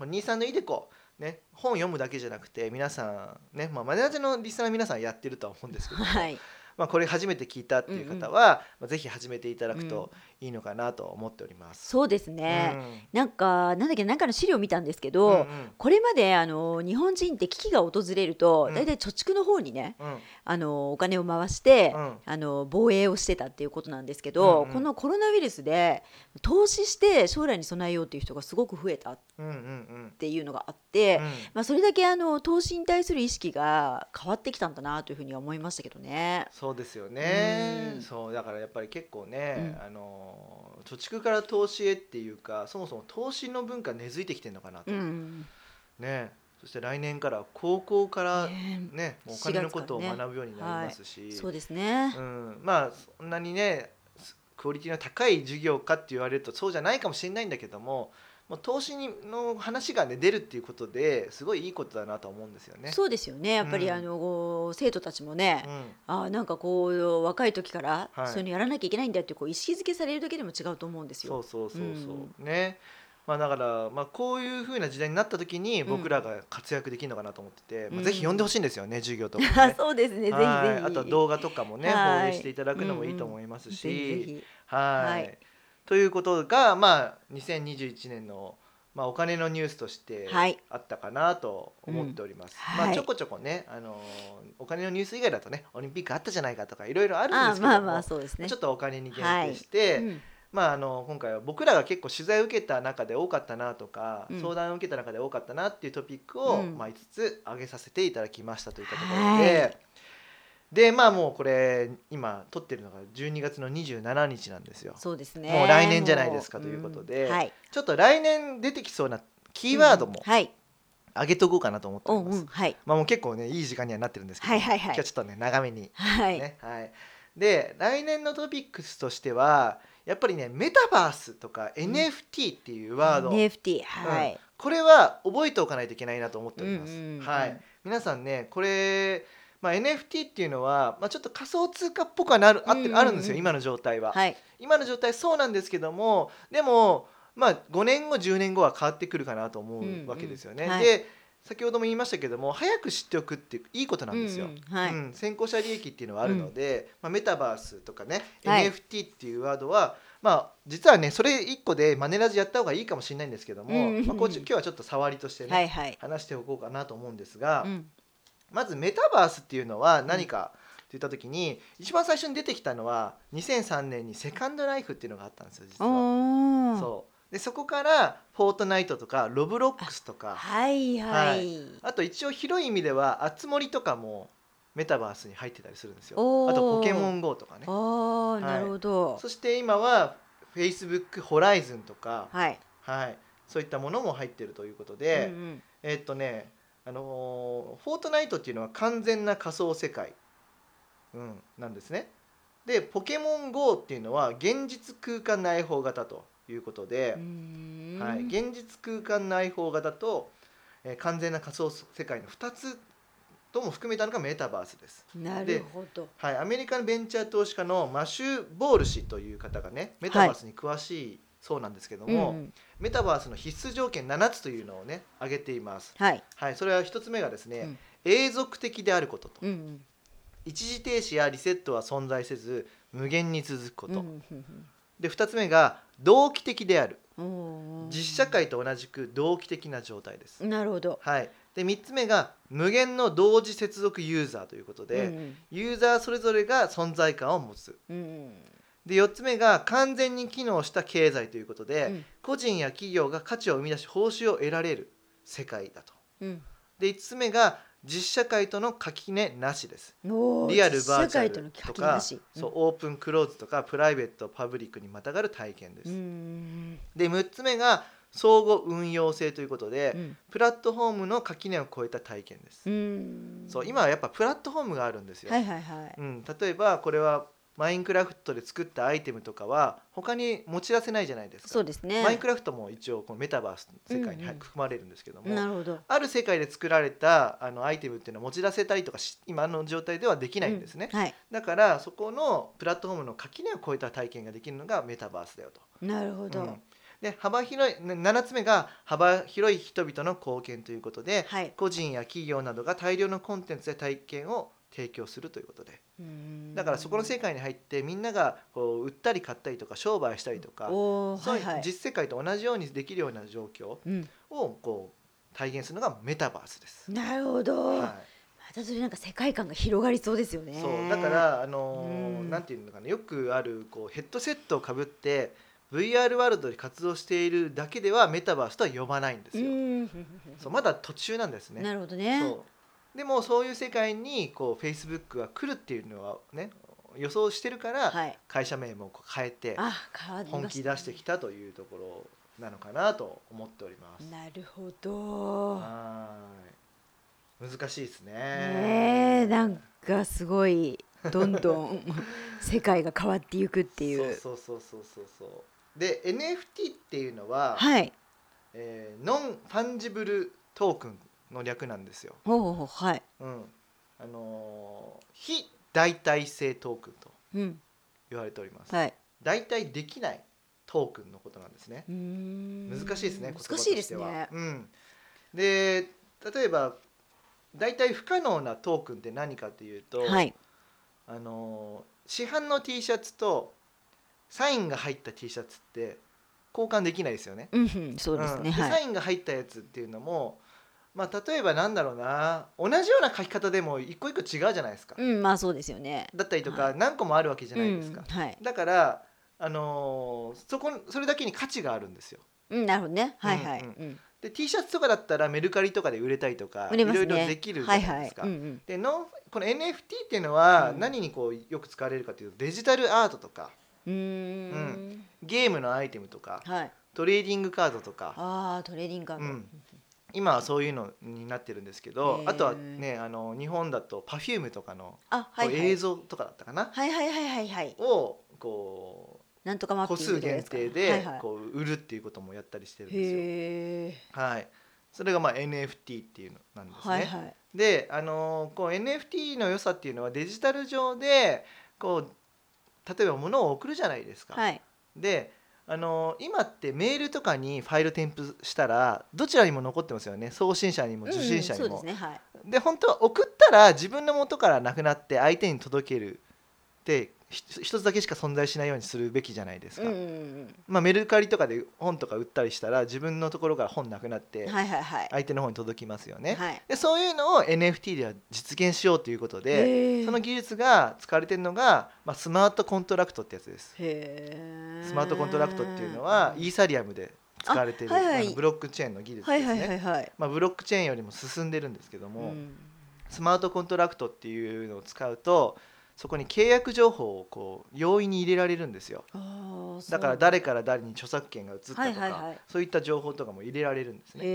[SPEAKER 1] 兄さんのいでこね、本読むだけじゃなくて皆さんね、まあ、マネージャーのリスナーの皆さんやってるとは思うんですけど、
[SPEAKER 2] はい
[SPEAKER 1] まあ、これ初めて聞いたっていう方は、まあ、ぜひ始めていただくといいのかなと思っております。
[SPEAKER 2] そうですね、なんかなんだっけなんかの資料見たんですけど、これまであの日本人って危機が訪れると
[SPEAKER 1] うん
[SPEAKER 2] 大体貯蓄の方にね
[SPEAKER 1] うんうん
[SPEAKER 2] あのお金を回して、
[SPEAKER 1] うんうん
[SPEAKER 2] あの防衛をしてたっていうことなんですけど、
[SPEAKER 1] うんうん
[SPEAKER 2] このコロナウイルスで投資して将来に備えようっていう人がすごく増えたっ
[SPEAKER 1] うんうん
[SPEAKER 2] ていうのがあっ
[SPEAKER 1] う
[SPEAKER 2] て、
[SPEAKER 1] ん
[SPEAKER 2] まあ、それだけあの投資に対する意識が変わってきたんだなというふうには思いましたけどね。
[SPEAKER 1] そうですよね
[SPEAKER 2] うん
[SPEAKER 1] そうだからやっぱり結構ね、
[SPEAKER 2] う
[SPEAKER 1] あの貯蓄から投資へっていうかそもそも投資の文化根付いてきてるのかなと、
[SPEAKER 2] うん
[SPEAKER 1] ね、そして来年から高校から、
[SPEAKER 2] ね
[SPEAKER 1] ね、もうお
[SPEAKER 2] 4
[SPEAKER 1] 金の
[SPEAKER 2] 月か
[SPEAKER 1] こ
[SPEAKER 2] ら
[SPEAKER 1] とを
[SPEAKER 2] ね
[SPEAKER 1] 学ぶようになりますし、
[SPEAKER 2] そうですね。
[SPEAKER 1] うん、まあそんなにねすクオリティの高い授業かって言われるとそうじゃないかもしれないんだけどももう投資にの話が、ね、出るっていうことですごいいいことだなと思うんですよね。
[SPEAKER 2] そうですよね。やっぱり、
[SPEAKER 1] うん
[SPEAKER 2] あのこう生徒たちもね、
[SPEAKER 1] うん
[SPEAKER 2] あーなんかこう若い時から
[SPEAKER 1] はい
[SPEAKER 2] そういうのやらなきゃいけないんだってこう意識づけされるだけでも違うと思うんです
[SPEAKER 1] そ
[SPEAKER 2] よ。
[SPEAKER 1] うそうそうそう、ねまあだから、まあ、こういうふうな時代になった時に僕らが活躍できるのかなと思ってて、ま
[SPEAKER 2] う
[SPEAKER 1] あ、
[SPEAKER 2] ん
[SPEAKER 1] ぜひ読んでほしいんですよね授業とかもね。
[SPEAKER 2] そうですね。ぜひぜひ。
[SPEAKER 1] はいあとは動画とかもね
[SPEAKER 2] はい
[SPEAKER 1] 放映していただくのもいいと思いますし。
[SPEAKER 2] ぜひぜひ
[SPEAKER 1] はい、
[SPEAKER 2] はい
[SPEAKER 1] ということが、まあ、2021年の、まあ、お金のニュースとして
[SPEAKER 2] はい
[SPEAKER 1] あったかなと思っております、
[SPEAKER 2] うん
[SPEAKER 1] ま
[SPEAKER 2] は
[SPEAKER 1] あ、
[SPEAKER 2] い
[SPEAKER 1] ちょこちょこね、あのーお金のニュース以外だとねオリンピックあったじゃないかとかいろいろあるん
[SPEAKER 2] あ
[SPEAKER 1] で
[SPEAKER 2] ー
[SPEAKER 1] すけ
[SPEAKER 2] まあ
[SPEAKER 1] ども、
[SPEAKER 2] まあそうですね。
[SPEAKER 1] ちょっとお金に限
[SPEAKER 2] は
[SPEAKER 1] 定
[SPEAKER 2] い
[SPEAKER 1] して、
[SPEAKER 2] うん
[SPEAKER 1] まあ、あの今回は僕らが結構取材を受けた中で多かったなとか、
[SPEAKER 2] うん
[SPEAKER 1] 相談を受けた中で多かったなっていうトピックを、
[SPEAKER 2] うん
[SPEAKER 1] まあ、5つ挙げさせていただきましたといったところで、でまあもうこれ今撮ってるのが12月の27日なんですよ。
[SPEAKER 2] そうですね。
[SPEAKER 1] もう来年じゃないですかということで
[SPEAKER 2] んはい。
[SPEAKER 1] ちょっと来年出てきそうなキーワードも
[SPEAKER 2] うんはい。
[SPEAKER 1] 上げとこうかなと思って
[SPEAKER 2] う
[SPEAKER 1] おり
[SPEAKER 2] ん
[SPEAKER 1] ます。
[SPEAKER 2] うんはい。
[SPEAKER 1] まあもう結構ねいい時間にはなってるんですけど、
[SPEAKER 2] はいはいは
[SPEAKER 1] 今
[SPEAKER 2] い
[SPEAKER 1] 日はちょっとね長めに
[SPEAKER 2] はい。
[SPEAKER 1] ね、はい。で来年のトピックスとしてはやっぱりねメタバースとか NFT っていうワード、
[SPEAKER 2] NFT はい。
[SPEAKER 1] これは覚えておかないといけないなと思っております。
[SPEAKER 2] うんうんうん
[SPEAKER 1] はい。皆さんねこれまあ NFT っていうのはまあちょっと仮想通貨っぽくはなるあってる
[SPEAKER 2] うんうんうん
[SPEAKER 1] あるんですよ今の状態は。
[SPEAKER 2] はい。
[SPEAKER 1] 今の状態そうなんですけどもでもまあ5年後10年後は変わってくるかなと思うわけですよね。
[SPEAKER 2] うんうんはい
[SPEAKER 1] で先ほども言いましたけども早く知っておくっていいことなんですよ。
[SPEAKER 2] うんうんは
[SPEAKER 1] う
[SPEAKER 2] い。
[SPEAKER 1] ん、先行者利益っていうのはあるので、まあ、メタバースとかね、
[SPEAKER 2] はい
[SPEAKER 1] NFT っていうワードは、まあ、実はねそれ1個でマネラジやった方がいいかもしれないんですけども、
[SPEAKER 2] うん
[SPEAKER 1] まあ、こっち今日はちょっと触りとしてね、
[SPEAKER 2] はいはい。
[SPEAKER 1] 話しておこうかなと思うんですが、
[SPEAKER 2] うん
[SPEAKER 1] まずメタバースっていうのは何かって言った時に、一番最初に出てきたのは2003年にセカンドライフっていうのがあったんですよ実は。
[SPEAKER 2] おー
[SPEAKER 1] そうでそこからフォートナイトとかロブロックスとか
[SPEAKER 2] はいは
[SPEAKER 1] はい
[SPEAKER 2] い。
[SPEAKER 1] あと一応広い意味では「あつ森」とかもメタバースに入ってたりするんですよ。
[SPEAKER 2] おー
[SPEAKER 1] あと「ポケモン GO」とかね。
[SPEAKER 2] ああなるほど。
[SPEAKER 1] そして今は Facebook ホライズンとか、
[SPEAKER 2] はい。
[SPEAKER 1] はい、そういったものも入ってるということで、
[SPEAKER 2] うんうん
[SPEAKER 1] えーっとね、あのーフォートナイトっていうのは完全な仮想世界、うん、なんですね。でポケモン GO っていうのは現実空間内包型ということで、
[SPEAKER 2] うーん
[SPEAKER 1] はい、現実空間内包型と、えー完全な仮想世界の2つとも含めたのがメタバースです。
[SPEAKER 2] なるほど。
[SPEAKER 1] はい、アメリカのベンチャー投資家のマシュー・ボール氏という方がねメタバースに詳しいそうなんですけども、
[SPEAKER 2] うんうん
[SPEAKER 1] メタバースの必須条件7つというのをね挙げています、
[SPEAKER 2] はい。
[SPEAKER 1] はい、それは1つ目がですね、
[SPEAKER 2] うん
[SPEAKER 1] 永続的であることと、
[SPEAKER 2] うんうん
[SPEAKER 1] 一時停止やリセットは存在せず無限に続くこ
[SPEAKER 2] うん
[SPEAKER 1] と、
[SPEAKER 2] うん
[SPEAKER 1] で2つ目が同期的である
[SPEAKER 2] うんおー
[SPEAKER 1] 実社会と同じく同期的な状態です、
[SPEAKER 2] なるほど。
[SPEAKER 1] はい、で3つ目が無限の同時接続ユーザーということで、
[SPEAKER 2] うん
[SPEAKER 1] ユーザーそれぞれが存在感を持つ
[SPEAKER 2] うんうん
[SPEAKER 1] で4つ目が完全に機能した経済ということで、
[SPEAKER 2] うん
[SPEAKER 1] 個人や企業が価値を生み出し報酬を得られる世界だと
[SPEAKER 2] うん
[SPEAKER 1] で5つ目が実社会との垣根なしです
[SPEAKER 2] おー
[SPEAKER 1] リアルバー
[SPEAKER 2] 社
[SPEAKER 1] チャ
[SPEAKER 2] 会
[SPEAKER 1] ル
[SPEAKER 2] との
[SPEAKER 1] と
[SPEAKER 2] 垣根
[SPEAKER 1] か
[SPEAKER 2] なし
[SPEAKER 1] そうオープンクローズとかプライベートパブリックにまたがる体験です、
[SPEAKER 2] うんうん
[SPEAKER 1] で6つ目が相互運用性ということで、
[SPEAKER 2] うん
[SPEAKER 1] プラットフォームの垣根を越えた体験です、
[SPEAKER 2] うん
[SPEAKER 1] そう今はやっぱプラットフォームがあるんですよ、
[SPEAKER 2] はいはいはい
[SPEAKER 1] うん、例えばこれはマインクラフトで作ったアイテムとかは他に持ち出せないじゃないですか。
[SPEAKER 2] そうですね。
[SPEAKER 1] マインクラフトも一応このメタバースの世界に入含まれるんですけども、
[SPEAKER 2] なるほど。
[SPEAKER 1] ある世界で作られたあのアイテムっていうのは持ち出せたりとかし今の状態ではできないんですね、
[SPEAKER 2] うんはい。
[SPEAKER 1] だからそこのプラットフォームの垣根を超えた体験ができるのがメタバースだよと。
[SPEAKER 2] なるほど。
[SPEAKER 1] うんで幅広いな7つ目が幅広い人々の貢献ということで、
[SPEAKER 2] はい
[SPEAKER 1] 個人や企業などが大量のコンテンツや体験を提供するということで
[SPEAKER 2] うん
[SPEAKER 1] だからそこの世界に入ってみんながこう売ったり買ったりとか商売したりとか、
[SPEAKER 2] おー
[SPEAKER 1] そう
[SPEAKER 2] はいいうはい。
[SPEAKER 1] 実世界と同じようにできるような状況
[SPEAKER 2] うん、
[SPEAKER 1] をこう体現するのがメタバースです。
[SPEAKER 2] なるほど、
[SPEAKER 1] は
[SPEAKER 2] またそれなんか世界観が広がりそうですよ
[SPEAKER 1] い、
[SPEAKER 2] ね。
[SPEAKER 1] そうだから、あのー
[SPEAKER 2] うん
[SPEAKER 1] なんていうのかなよくあるこうヘッドセットをかぶって VR ワールドで活動しているだけではメタバースとは呼ばないんです
[SPEAKER 2] う
[SPEAKER 1] よ。
[SPEAKER 2] ん、
[SPEAKER 1] そうまだ途中なんですね。
[SPEAKER 2] なるほどね。
[SPEAKER 1] そうでもそういう世界にこう Facebook が来るっていうのはね予想してるから
[SPEAKER 2] はい。
[SPEAKER 1] 会社名もこう変えて
[SPEAKER 2] あ、変わりました
[SPEAKER 1] 本気出してきたというところなのかなと思っております。
[SPEAKER 2] なるほど。
[SPEAKER 1] はーい難しいですね。
[SPEAKER 2] ねえなんかすごいどんどん 世界が変わっていくっていう
[SPEAKER 1] そうそうそうそうそうそうで NFT っていうのは、
[SPEAKER 2] はい
[SPEAKER 1] えーノンファンジブルトークンの略なんですよ。
[SPEAKER 2] ほうほうほうはい
[SPEAKER 1] うんあのー非代替性トークンと
[SPEAKER 2] うん
[SPEAKER 1] 言われております。
[SPEAKER 2] はい
[SPEAKER 1] 代替できないトークンのことなんですね。難
[SPEAKER 2] 難
[SPEAKER 1] しいですね。言葉と
[SPEAKER 2] 難しいですね
[SPEAKER 1] してはうん。で例えば大体不可能なトークンって何かっていうと、
[SPEAKER 2] はい
[SPEAKER 1] あのー市販の T シャツとサインが入った T シャツって交換できないですよね。
[SPEAKER 2] うんうんそうです
[SPEAKER 1] ん
[SPEAKER 2] ねは
[SPEAKER 1] サ
[SPEAKER 2] い
[SPEAKER 1] インが入ったやつっていうのも、まあ、例えばなんだろうな同じような書き方でも一個一個違うじゃないですか、
[SPEAKER 2] うんまあそうですよね
[SPEAKER 1] だったりと
[SPEAKER 2] は
[SPEAKER 1] か何個もあるわけじゃないですか、
[SPEAKER 2] うんはい
[SPEAKER 1] だから、あのーそこそれだけに価値があるんですよ
[SPEAKER 2] うんなるほどねはいはい
[SPEAKER 1] うん
[SPEAKER 2] うん
[SPEAKER 1] で T シャツとかだったらメルカリとかで売れたりとか
[SPEAKER 2] 売れます
[SPEAKER 1] い
[SPEAKER 2] ね
[SPEAKER 1] ろいろできるじ
[SPEAKER 2] は
[SPEAKER 1] ゃ
[SPEAKER 2] い
[SPEAKER 1] ない
[SPEAKER 2] は
[SPEAKER 1] で
[SPEAKER 2] い
[SPEAKER 1] すか、
[SPEAKER 2] うんうん
[SPEAKER 1] でのこの NFT っていうのは
[SPEAKER 2] うん
[SPEAKER 1] 何にこうよく使われるかというとデジタルアートとか
[SPEAKER 2] うーん
[SPEAKER 1] ゲームのアイテムとか
[SPEAKER 2] はい
[SPEAKER 1] トレーディングカードとか
[SPEAKER 2] ああトレーディングカード
[SPEAKER 1] うん今はそういうのになってるんですけど
[SPEAKER 2] へー
[SPEAKER 1] あとはねあの日本だと Perfume とかの
[SPEAKER 2] あ
[SPEAKER 1] こ
[SPEAKER 2] は
[SPEAKER 1] う
[SPEAKER 2] いはい
[SPEAKER 1] 映像とかだったかな、
[SPEAKER 2] はいはいはいはいはい
[SPEAKER 1] をこ
[SPEAKER 2] なんとかマ
[SPEAKER 1] う
[SPEAKER 2] ッピ
[SPEAKER 1] 個
[SPEAKER 2] ン
[SPEAKER 1] 数
[SPEAKER 2] グとか
[SPEAKER 1] 限
[SPEAKER 2] すか
[SPEAKER 1] 定
[SPEAKER 2] はい
[SPEAKER 1] で
[SPEAKER 2] はい
[SPEAKER 1] こう売るっていうこともやったりしてるんですよ。
[SPEAKER 2] へえ
[SPEAKER 1] はい、それがまあ NFT っていうのなんですね。
[SPEAKER 2] はいはい
[SPEAKER 1] で、あのーこう NFT の良さっていうのはデジタル上でこう例えば物を送るじゃないですか。
[SPEAKER 2] はい
[SPEAKER 1] で、あのー今ってメールとかにファイル添付したらどちらにも残ってますよね送信者にも受信者にも。
[SPEAKER 2] うんうんそうですねはい
[SPEAKER 1] で本当は送ったら自分の元からなくなって相手に届けるってひ一つだけしか存在しないようにするべきじゃないですか。
[SPEAKER 2] うんうん
[SPEAKER 1] まあ、メルカリとかで本とか売ったりしたら自分のところから本なくなっ
[SPEAKER 2] う
[SPEAKER 1] て
[SPEAKER 2] んはいはいはい
[SPEAKER 1] 相手の方に届きますよね。
[SPEAKER 2] はい
[SPEAKER 1] でそういうのを NFT では実現しようということで、
[SPEAKER 2] へえ
[SPEAKER 1] その技術が使われてるのが、まあ、スマートコントラクトってやつです。
[SPEAKER 2] へえ
[SPEAKER 1] スマートコントラクトっていうのはイーサリアムで使われてる
[SPEAKER 2] あはいはい
[SPEAKER 1] あのブロックチェーンの技術
[SPEAKER 2] は
[SPEAKER 1] です
[SPEAKER 2] い
[SPEAKER 1] ね。
[SPEAKER 2] はいはいはい
[SPEAKER 1] まあ、ブロックチェーンよりも進んでるんですけども、
[SPEAKER 2] ん
[SPEAKER 1] スマートコントラクトっていうのを使うとそこに契約情報をこう容易に入れられるんですよ
[SPEAKER 2] あーそう
[SPEAKER 1] だから誰から誰に著作権が移ったとか、
[SPEAKER 2] はいはいはい
[SPEAKER 1] そういった情報とかも入れられるんですね、
[SPEAKER 2] へ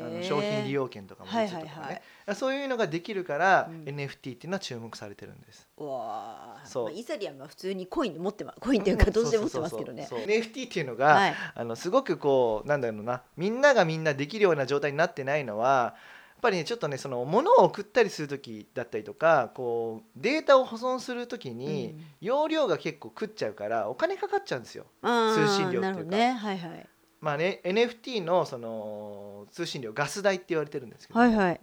[SPEAKER 2] え
[SPEAKER 1] あの商品利用権とかも移るとかね、
[SPEAKER 2] はいはい
[SPEAKER 1] そういうのができるから、
[SPEAKER 2] うん
[SPEAKER 1] NFT っていうのは注目されてるんです
[SPEAKER 2] わあ
[SPEAKER 1] そう
[SPEAKER 2] まあイーサリアムは普通にコインで持ってますコインっていうかどうしても持ってますけどね
[SPEAKER 1] そうそうそうそう NFT っていうのが、
[SPEAKER 2] はい
[SPEAKER 1] あのすごくこうなんだろうなみんながみんなできるような状態になってないのはやっぱりねちょっとねその物を送ったりする時だったりとかこうデータを保存する時に
[SPEAKER 2] うん
[SPEAKER 1] 容量が結構食っちゃうからお金かかっちゃうんですよ。通信料っていうか
[SPEAKER 2] あーなるほどねはいはい
[SPEAKER 1] まあね NFT のその通信料ガス代って言われてるんですけど、
[SPEAKER 2] はいはい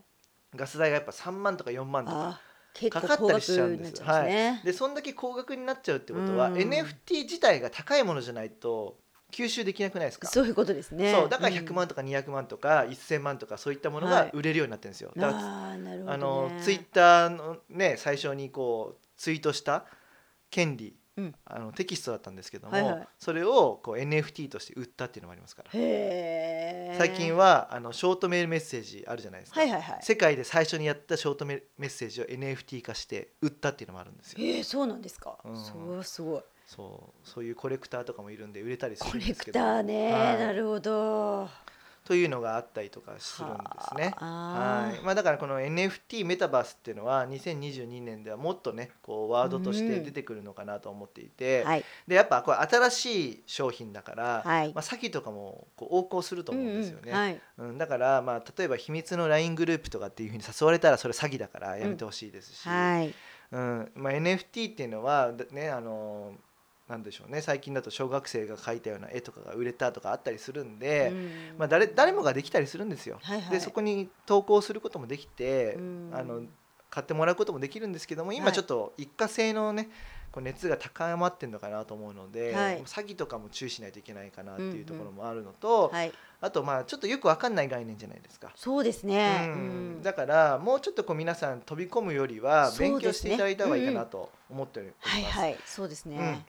[SPEAKER 1] ガス代がやっぱ3万とか4万とか
[SPEAKER 2] あー結
[SPEAKER 1] か
[SPEAKER 2] 構
[SPEAKER 1] かっ
[SPEAKER 2] 高
[SPEAKER 1] たりし
[SPEAKER 2] 額
[SPEAKER 1] ちゃうん
[SPEAKER 2] に
[SPEAKER 1] で
[SPEAKER 2] な
[SPEAKER 1] す
[SPEAKER 2] っちゃうんですね
[SPEAKER 1] でそんだけ高額になっちゃうってことは
[SPEAKER 2] うん
[SPEAKER 1] NFT 自体が高いものじゃないと吸収できなくないですか
[SPEAKER 2] そういうことですね
[SPEAKER 1] そうだから100
[SPEAKER 2] うん
[SPEAKER 1] 万とか200万とか1000万とかそういったものが
[SPEAKER 2] はい
[SPEAKER 1] 売れるようになってるんですよ。だから
[SPEAKER 2] あーなるほどね
[SPEAKER 1] あのツイッターのね最初にこうツイートした権利、
[SPEAKER 2] うん
[SPEAKER 1] あのテキストだったんですけども、
[SPEAKER 2] はいはい
[SPEAKER 1] それをこう NFT として売ったっていうのもありますから。
[SPEAKER 2] へえ
[SPEAKER 1] 最近はあのショートメールメッセージあるじゃないですか、
[SPEAKER 2] はいはいはい
[SPEAKER 1] 世界で最初にやったショートメールメッセージを NFT 化して売ったっていうのもあるんですよ。
[SPEAKER 2] えー、そうなんですか。
[SPEAKER 1] うん
[SPEAKER 2] そうすごい。
[SPEAKER 1] そうそういうコレクターとかもいるんで売れたりす
[SPEAKER 2] コ
[SPEAKER 1] るん
[SPEAKER 2] レ
[SPEAKER 1] ですけ
[SPEAKER 2] ク
[SPEAKER 1] ど。
[SPEAKER 2] ターね、
[SPEAKER 1] はい
[SPEAKER 2] なるほど。
[SPEAKER 1] とというのがあったりとかするんですね。
[SPEAKER 2] は
[SPEAKER 1] はいまあ、だからこの NFT メタバースっていうのは2022年ではもっとねこうワードとして出てくるのかなと思っていて、
[SPEAKER 2] はい
[SPEAKER 1] でやっぱこれ新しい商品だから、
[SPEAKER 2] はい
[SPEAKER 1] まあ、詐欺とかもこう横行すると思うんですよね。
[SPEAKER 2] うんうんはい
[SPEAKER 1] うん、だから、まあ、例えば秘密の LINE グループとかっていうふうに誘われたらそれ詐欺だからやめてほしいですし、
[SPEAKER 2] はい
[SPEAKER 1] うんまあ、NFT っていうのはだねあのなんでしょうね最近だと小学生が描いたような絵とかが売れたとかあったりするんで、
[SPEAKER 2] うん
[SPEAKER 1] まあ、誰誰もができたりするんですよ。
[SPEAKER 2] はいはい
[SPEAKER 1] でそこに投稿することもできて、
[SPEAKER 2] うん
[SPEAKER 1] あの買ってもらうこともできるんですけども
[SPEAKER 2] は
[SPEAKER 1] 今
[SPEAKER 2] い
[SPEAKER 1] ちょっと一過性のねこう熱が高まってるのかなと思うので、
[SPEAKER 2] はい
[SPEAKER 1] 詐欺とかも注意しないといけないかなって
[SPEAKER 2] うん
[SPEAKER 1] いううんところもあるのと、
[SPEAKER 2] はい、
[SPEAKER 1] あとまあちょっとよくわかんない概念じゃないですか。
[SPEAKER 2] そうです
[SPEAKER 1] う
[SPEAKER 2] ね。うんん
[SPEAKER 1] だからもうちょっとこう皆さん飛び込むよりは
[SPEAKER 2] そうですね
[SPEAKER 1] 勉強していただいた方がいいかなと思っております。
[SPEAKER 2] はいはい、そうですね。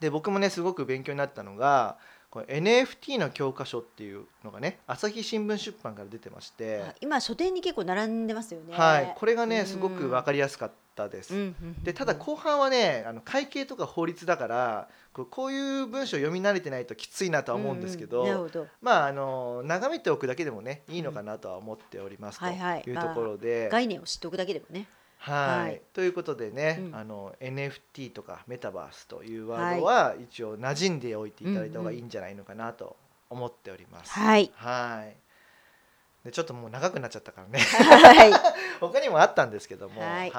[SPEAKER 1] で僕もねすごく勉強になったのがこの NFT の教科書っていうのがね朝日新聞出版から出てまして、
[SPEAKER 2] あ今書店に結構並んでますよね。
[SPEAKER 1] はい、これが
[SPEAKER 2] う
[SPEAKER 1] ね
[SPEAKER 2] ん
[SPEAKER 1] すごくわかりやすかったです。
[SPEAKER 2] うんうんうん
[SPEAKER 1] でただ後半はねあの会計とか法律だからこうこういう文章読み慣れてないときついなとは思うんですけど、
[SPEAKER 2] うなるほど。
[SPEAKER 1] まああの眺めておくだけでもねいいのかなとは思っておりますと
[SPEAKER 2] はいはい
[SPEAKER 1] いうところで。
[SPEAKER 2] 概念を知っておくだけでもね。
[SPEAKER 1] はい
[SPEAKER 2] はい
[SPEAKER 1] ということでね、
[SPEAKER 2] うん
[SPEAKER 1] あの NFT とかメタバースというワードは一応馴染んでおいていただいた方がいいんじゃないのかなと思っております。
[SPEAKER 2] はい。
[SPEAKER 1] はいでちょっともう長くなっちゃったからね
[SPEAKER 2] はい。
[SPEAKER 1] 他にもあったんですけども、
[SPEAKER 2] はい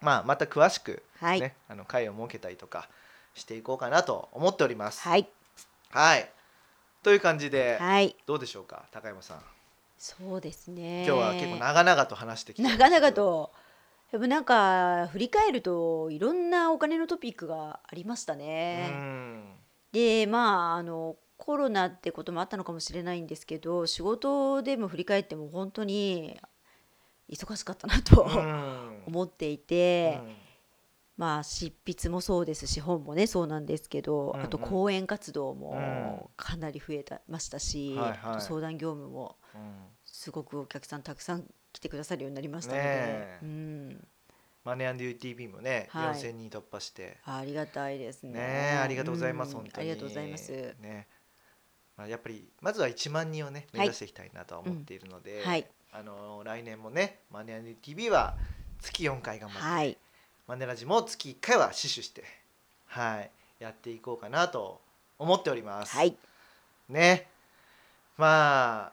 [SPEAKER 1] まあ、また詳しく、
[SPEAKER 2] は
[SPEAKER 1] ね
[SPEAKER 2] い。
[SPEAKER 1] あの会を設けたりとかしていこうかなと思っております。はい、
[SPEAKER 2] はい。
[SPEAKER 1] という感じで、
[SPEAKER 2] はい。
[SPEAKER 1] どうでしょうか高山さん。
[SPEAKER 2] そうですね。
[SPEAKER 1] 今日は結構長々と話してきたんですけど
[SPEAKER 2] 長々と。でもなんか振り返るといろんなお金のトピックがありましたね。
[SPEAKER 1] うん
[SPEAKER 2] でまああのコロナってこともあったのかもしれないんですけど仕事でも振り返っても本当に忙しかったなと、
[SPEAKER 1] うん
[SPEAKER 2] 思っていて、
[SPEAKER 1] うん
[SPEAKER 2] まあ執筆もそうですし本もねそうなんですけど、
[SPEAKER 1] うんうん
[SPEAKER 2] あと講演活動
[SPEAKER 1] うん
[SPEAKER 2] もかなり増えたましたし、
[SPEAKER 1] はいはい
[SPEAKER 2] あと相談業務も
[SPEAKER 1] うん
[SPEAKER 2] すごくお客さんたくさん来てくださるようになりましたので、
[SPEAKER 1] ねえ
[SPEAKER 2] うん、
[SPEAKER 1] マネー &UTV もね、
[SPEAKER 2] はい
[SPEAKER 1] 4000人突破して
[SPEAKER 2] ありがたいですね。
[SPEAKER 1] ねありがとうございます、
[SPEAKER 2] ん
[SPEAKER 1] 本当
[SPEAKER 2] あ
[SPEAKER 1] に
[SPEAKER 2] りがとうございます。
[SPEAKER 1] ねまあ、やっぱりまずは1万人をね
[SPEAKER 2] い
[SPEAKER 1] 目指していきたいなとは思っているので、
[SPEAKER 2] うんはい
[SPEAKER 1] あの来年もねマネー &UTV は月4回頑張って、
[SPEAKER 2] はい、
[SPEAKER 1] マネラジも月1回は死守してはいやっていこうかなと思っております、
[SPEAKER 2] はい、
[SPEAKER 1] ねまあ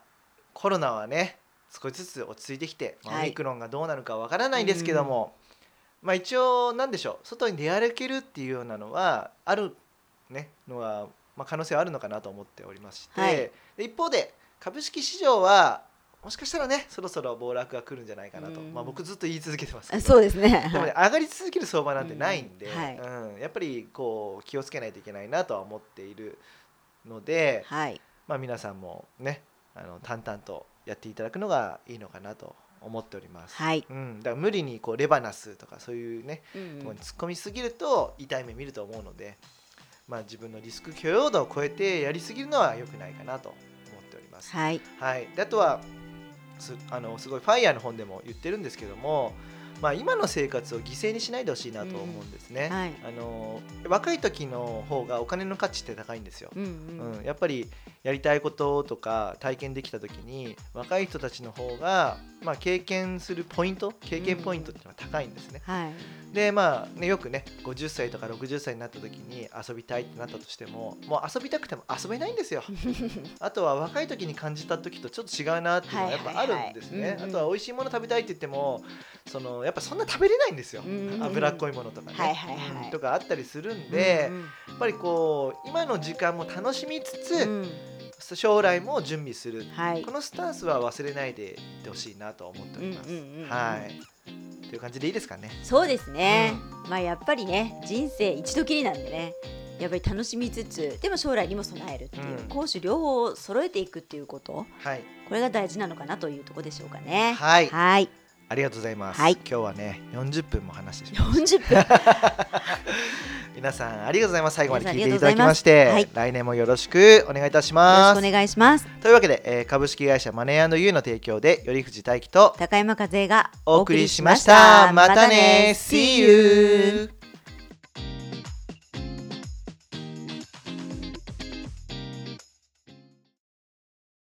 [SPEAKER 1] コロナはね少しずつ落ち着いてきて、まあ
[SPEAKER 2] は
[SPEAKER 1] オ
[SPEAKER 2] い
[SPEAKER 1] ミクロンがどうなるかわからないんですけども、まあ一応なんでしょう外に出歩けるっていうようなのはあるねのは、まあ、可能性はあるのかなと思っておりまして、
[SPEAKER 2] はい
[SPEAKER 1] で一方で株式市場はもしかしたらねそろそろ暴落が来るんじゃないかなと、
[SPEAKER 2] うん
[SPEAKER 1] まあ、僕ずっと言い続けてますけ
[SPEAKER 2] あ
[SPEAKER 1] ど
[SPEAKER 2] そうですね。
[SPEAKER 1] でもね、上がり続ける相場なんてないんで、
[SPEAKER 2] うんはい
[SPEAKER 1] うんやっぱりこう気をつけないといけないなとは思っているので、
[SPEAKER 2] はい、
[SPEAKER 1] まあ、皆さんもねあの淡々とやっていただくのがいいのかなと思っております。
[SPEAKER 2] はい、
[SPEAKER 1] うん、だから無理にこうレバナスとかそういうね、
[SPEAKER 2] うん
[SPEAKER 1] と
[SPEAKER 2] う
[SPEAKER 1] ころ
[SPEAKER 2] ん
[SPEAKER 1] に突っ込みすぎると痛い目見ると思うので、まあ、自分のリスク許容度を超えてやりすぎるのは良くないかなと思っております。
[SPEAKER 2] はい、
[SPEAKER 1] はい、であとはすあのすごい「ファイヤーの本でも言ってるんですけども、まあ、今の生活を犠牲にしないでほしいなと思うんですね。
[SPEAKER 2] はい
[SPEAKER 1] あの若い時の方がお金の価値って高いんですよ。
[SPEAKER 2] うん
[SPEAKER 1] うん、やっぱりやりたいこととか体験できた時に若い人たちの方が、まあ、経験するポイント経験ポイントっていうのが高いんですね。
[SPEAKER 2] はい、
[SPEAKER 1] でまあねよくね50歳とか60歳になった時に遊びたいってなったとしてももう遊びたくても遊べないんです よ。あとは若い時に感じた時とちょっと違うなっていうのはやっぱあるんです
[SPEAKER 2] はいはい
[SPEAKER 1] ね
[SPEAKER 2] は。い
[SPEAKER 1] あとは美味しいもの食べたいって言ってもそのやっぱそんな食べれないんですよ
[SPEAKER 2] うんうんう。ん
[SPEAKER 1] 脂っこいものとかね、
[SPEAKER 2] はいはいはい
[SPEAKER 1] うんとかあったりするんで、
[SPEAKER 2] うん
[SPEAKER 1] やっぱりこう今の時間も楽しみつ
[SPEAKER 2] う
[SPEAKER 1] つ、
[SPEAKER 2] ん
[SPEAKER 1] 将来も準備する
[SPEAKER 2] うん、はい
[SPEAKER 1] こ、のスタンスは忘れないでいってほしいなと思っております。
[SPEAKER 2] うんうんうんうん
[SPEAKER 1] はい。という感じでいいですかね。
[SPEAKER 2] そうですね、まあやっぱりね人生一度きりなんでねやっぱり楽しみつつでも将来にも備えるっていう、
[SPEAKER 1] うん
[SPEAKER 2] 攻守両方を揃えていくっていうこと
[SPEAKER 1] はい。
[SPEAKER 2] これが大事なのかなというところでしょうかね
[SPEAKER 1] はい
[SPEAKER 2] はい
[SPEAKER 1] ありがとうございます。
[SPEAKER 2] はい
[SPEAKER 1] 今日はね、40分も話してしまいました。
[SPEAKER 2] 40分
[SPEAKER 1] 皆さんありがとうございます。最後まで
[SPEAKER 2] 皆
[SPEAKER 1] 聞
[SPEAKER 2] さ
[SPEAKER 1] い
[SPEAKER 2] ん
[SPEAKER 1] ていただきまして、
[SPEAKER 2] ありがとう
[SPEAKER 1] 来年もよろしくお願いいたしま
[SPEAKER 2] よろ
[SPEAKER 1] す。
[SPEAKER 2] しくお願いします
[SPEAKER 1] というわけで、えー株式会社マネーユーの提供で、頼藤大樹と
[SPEAKER 2] 高山和恵が
[SPEAKER 1] お送りしました。またね !See you!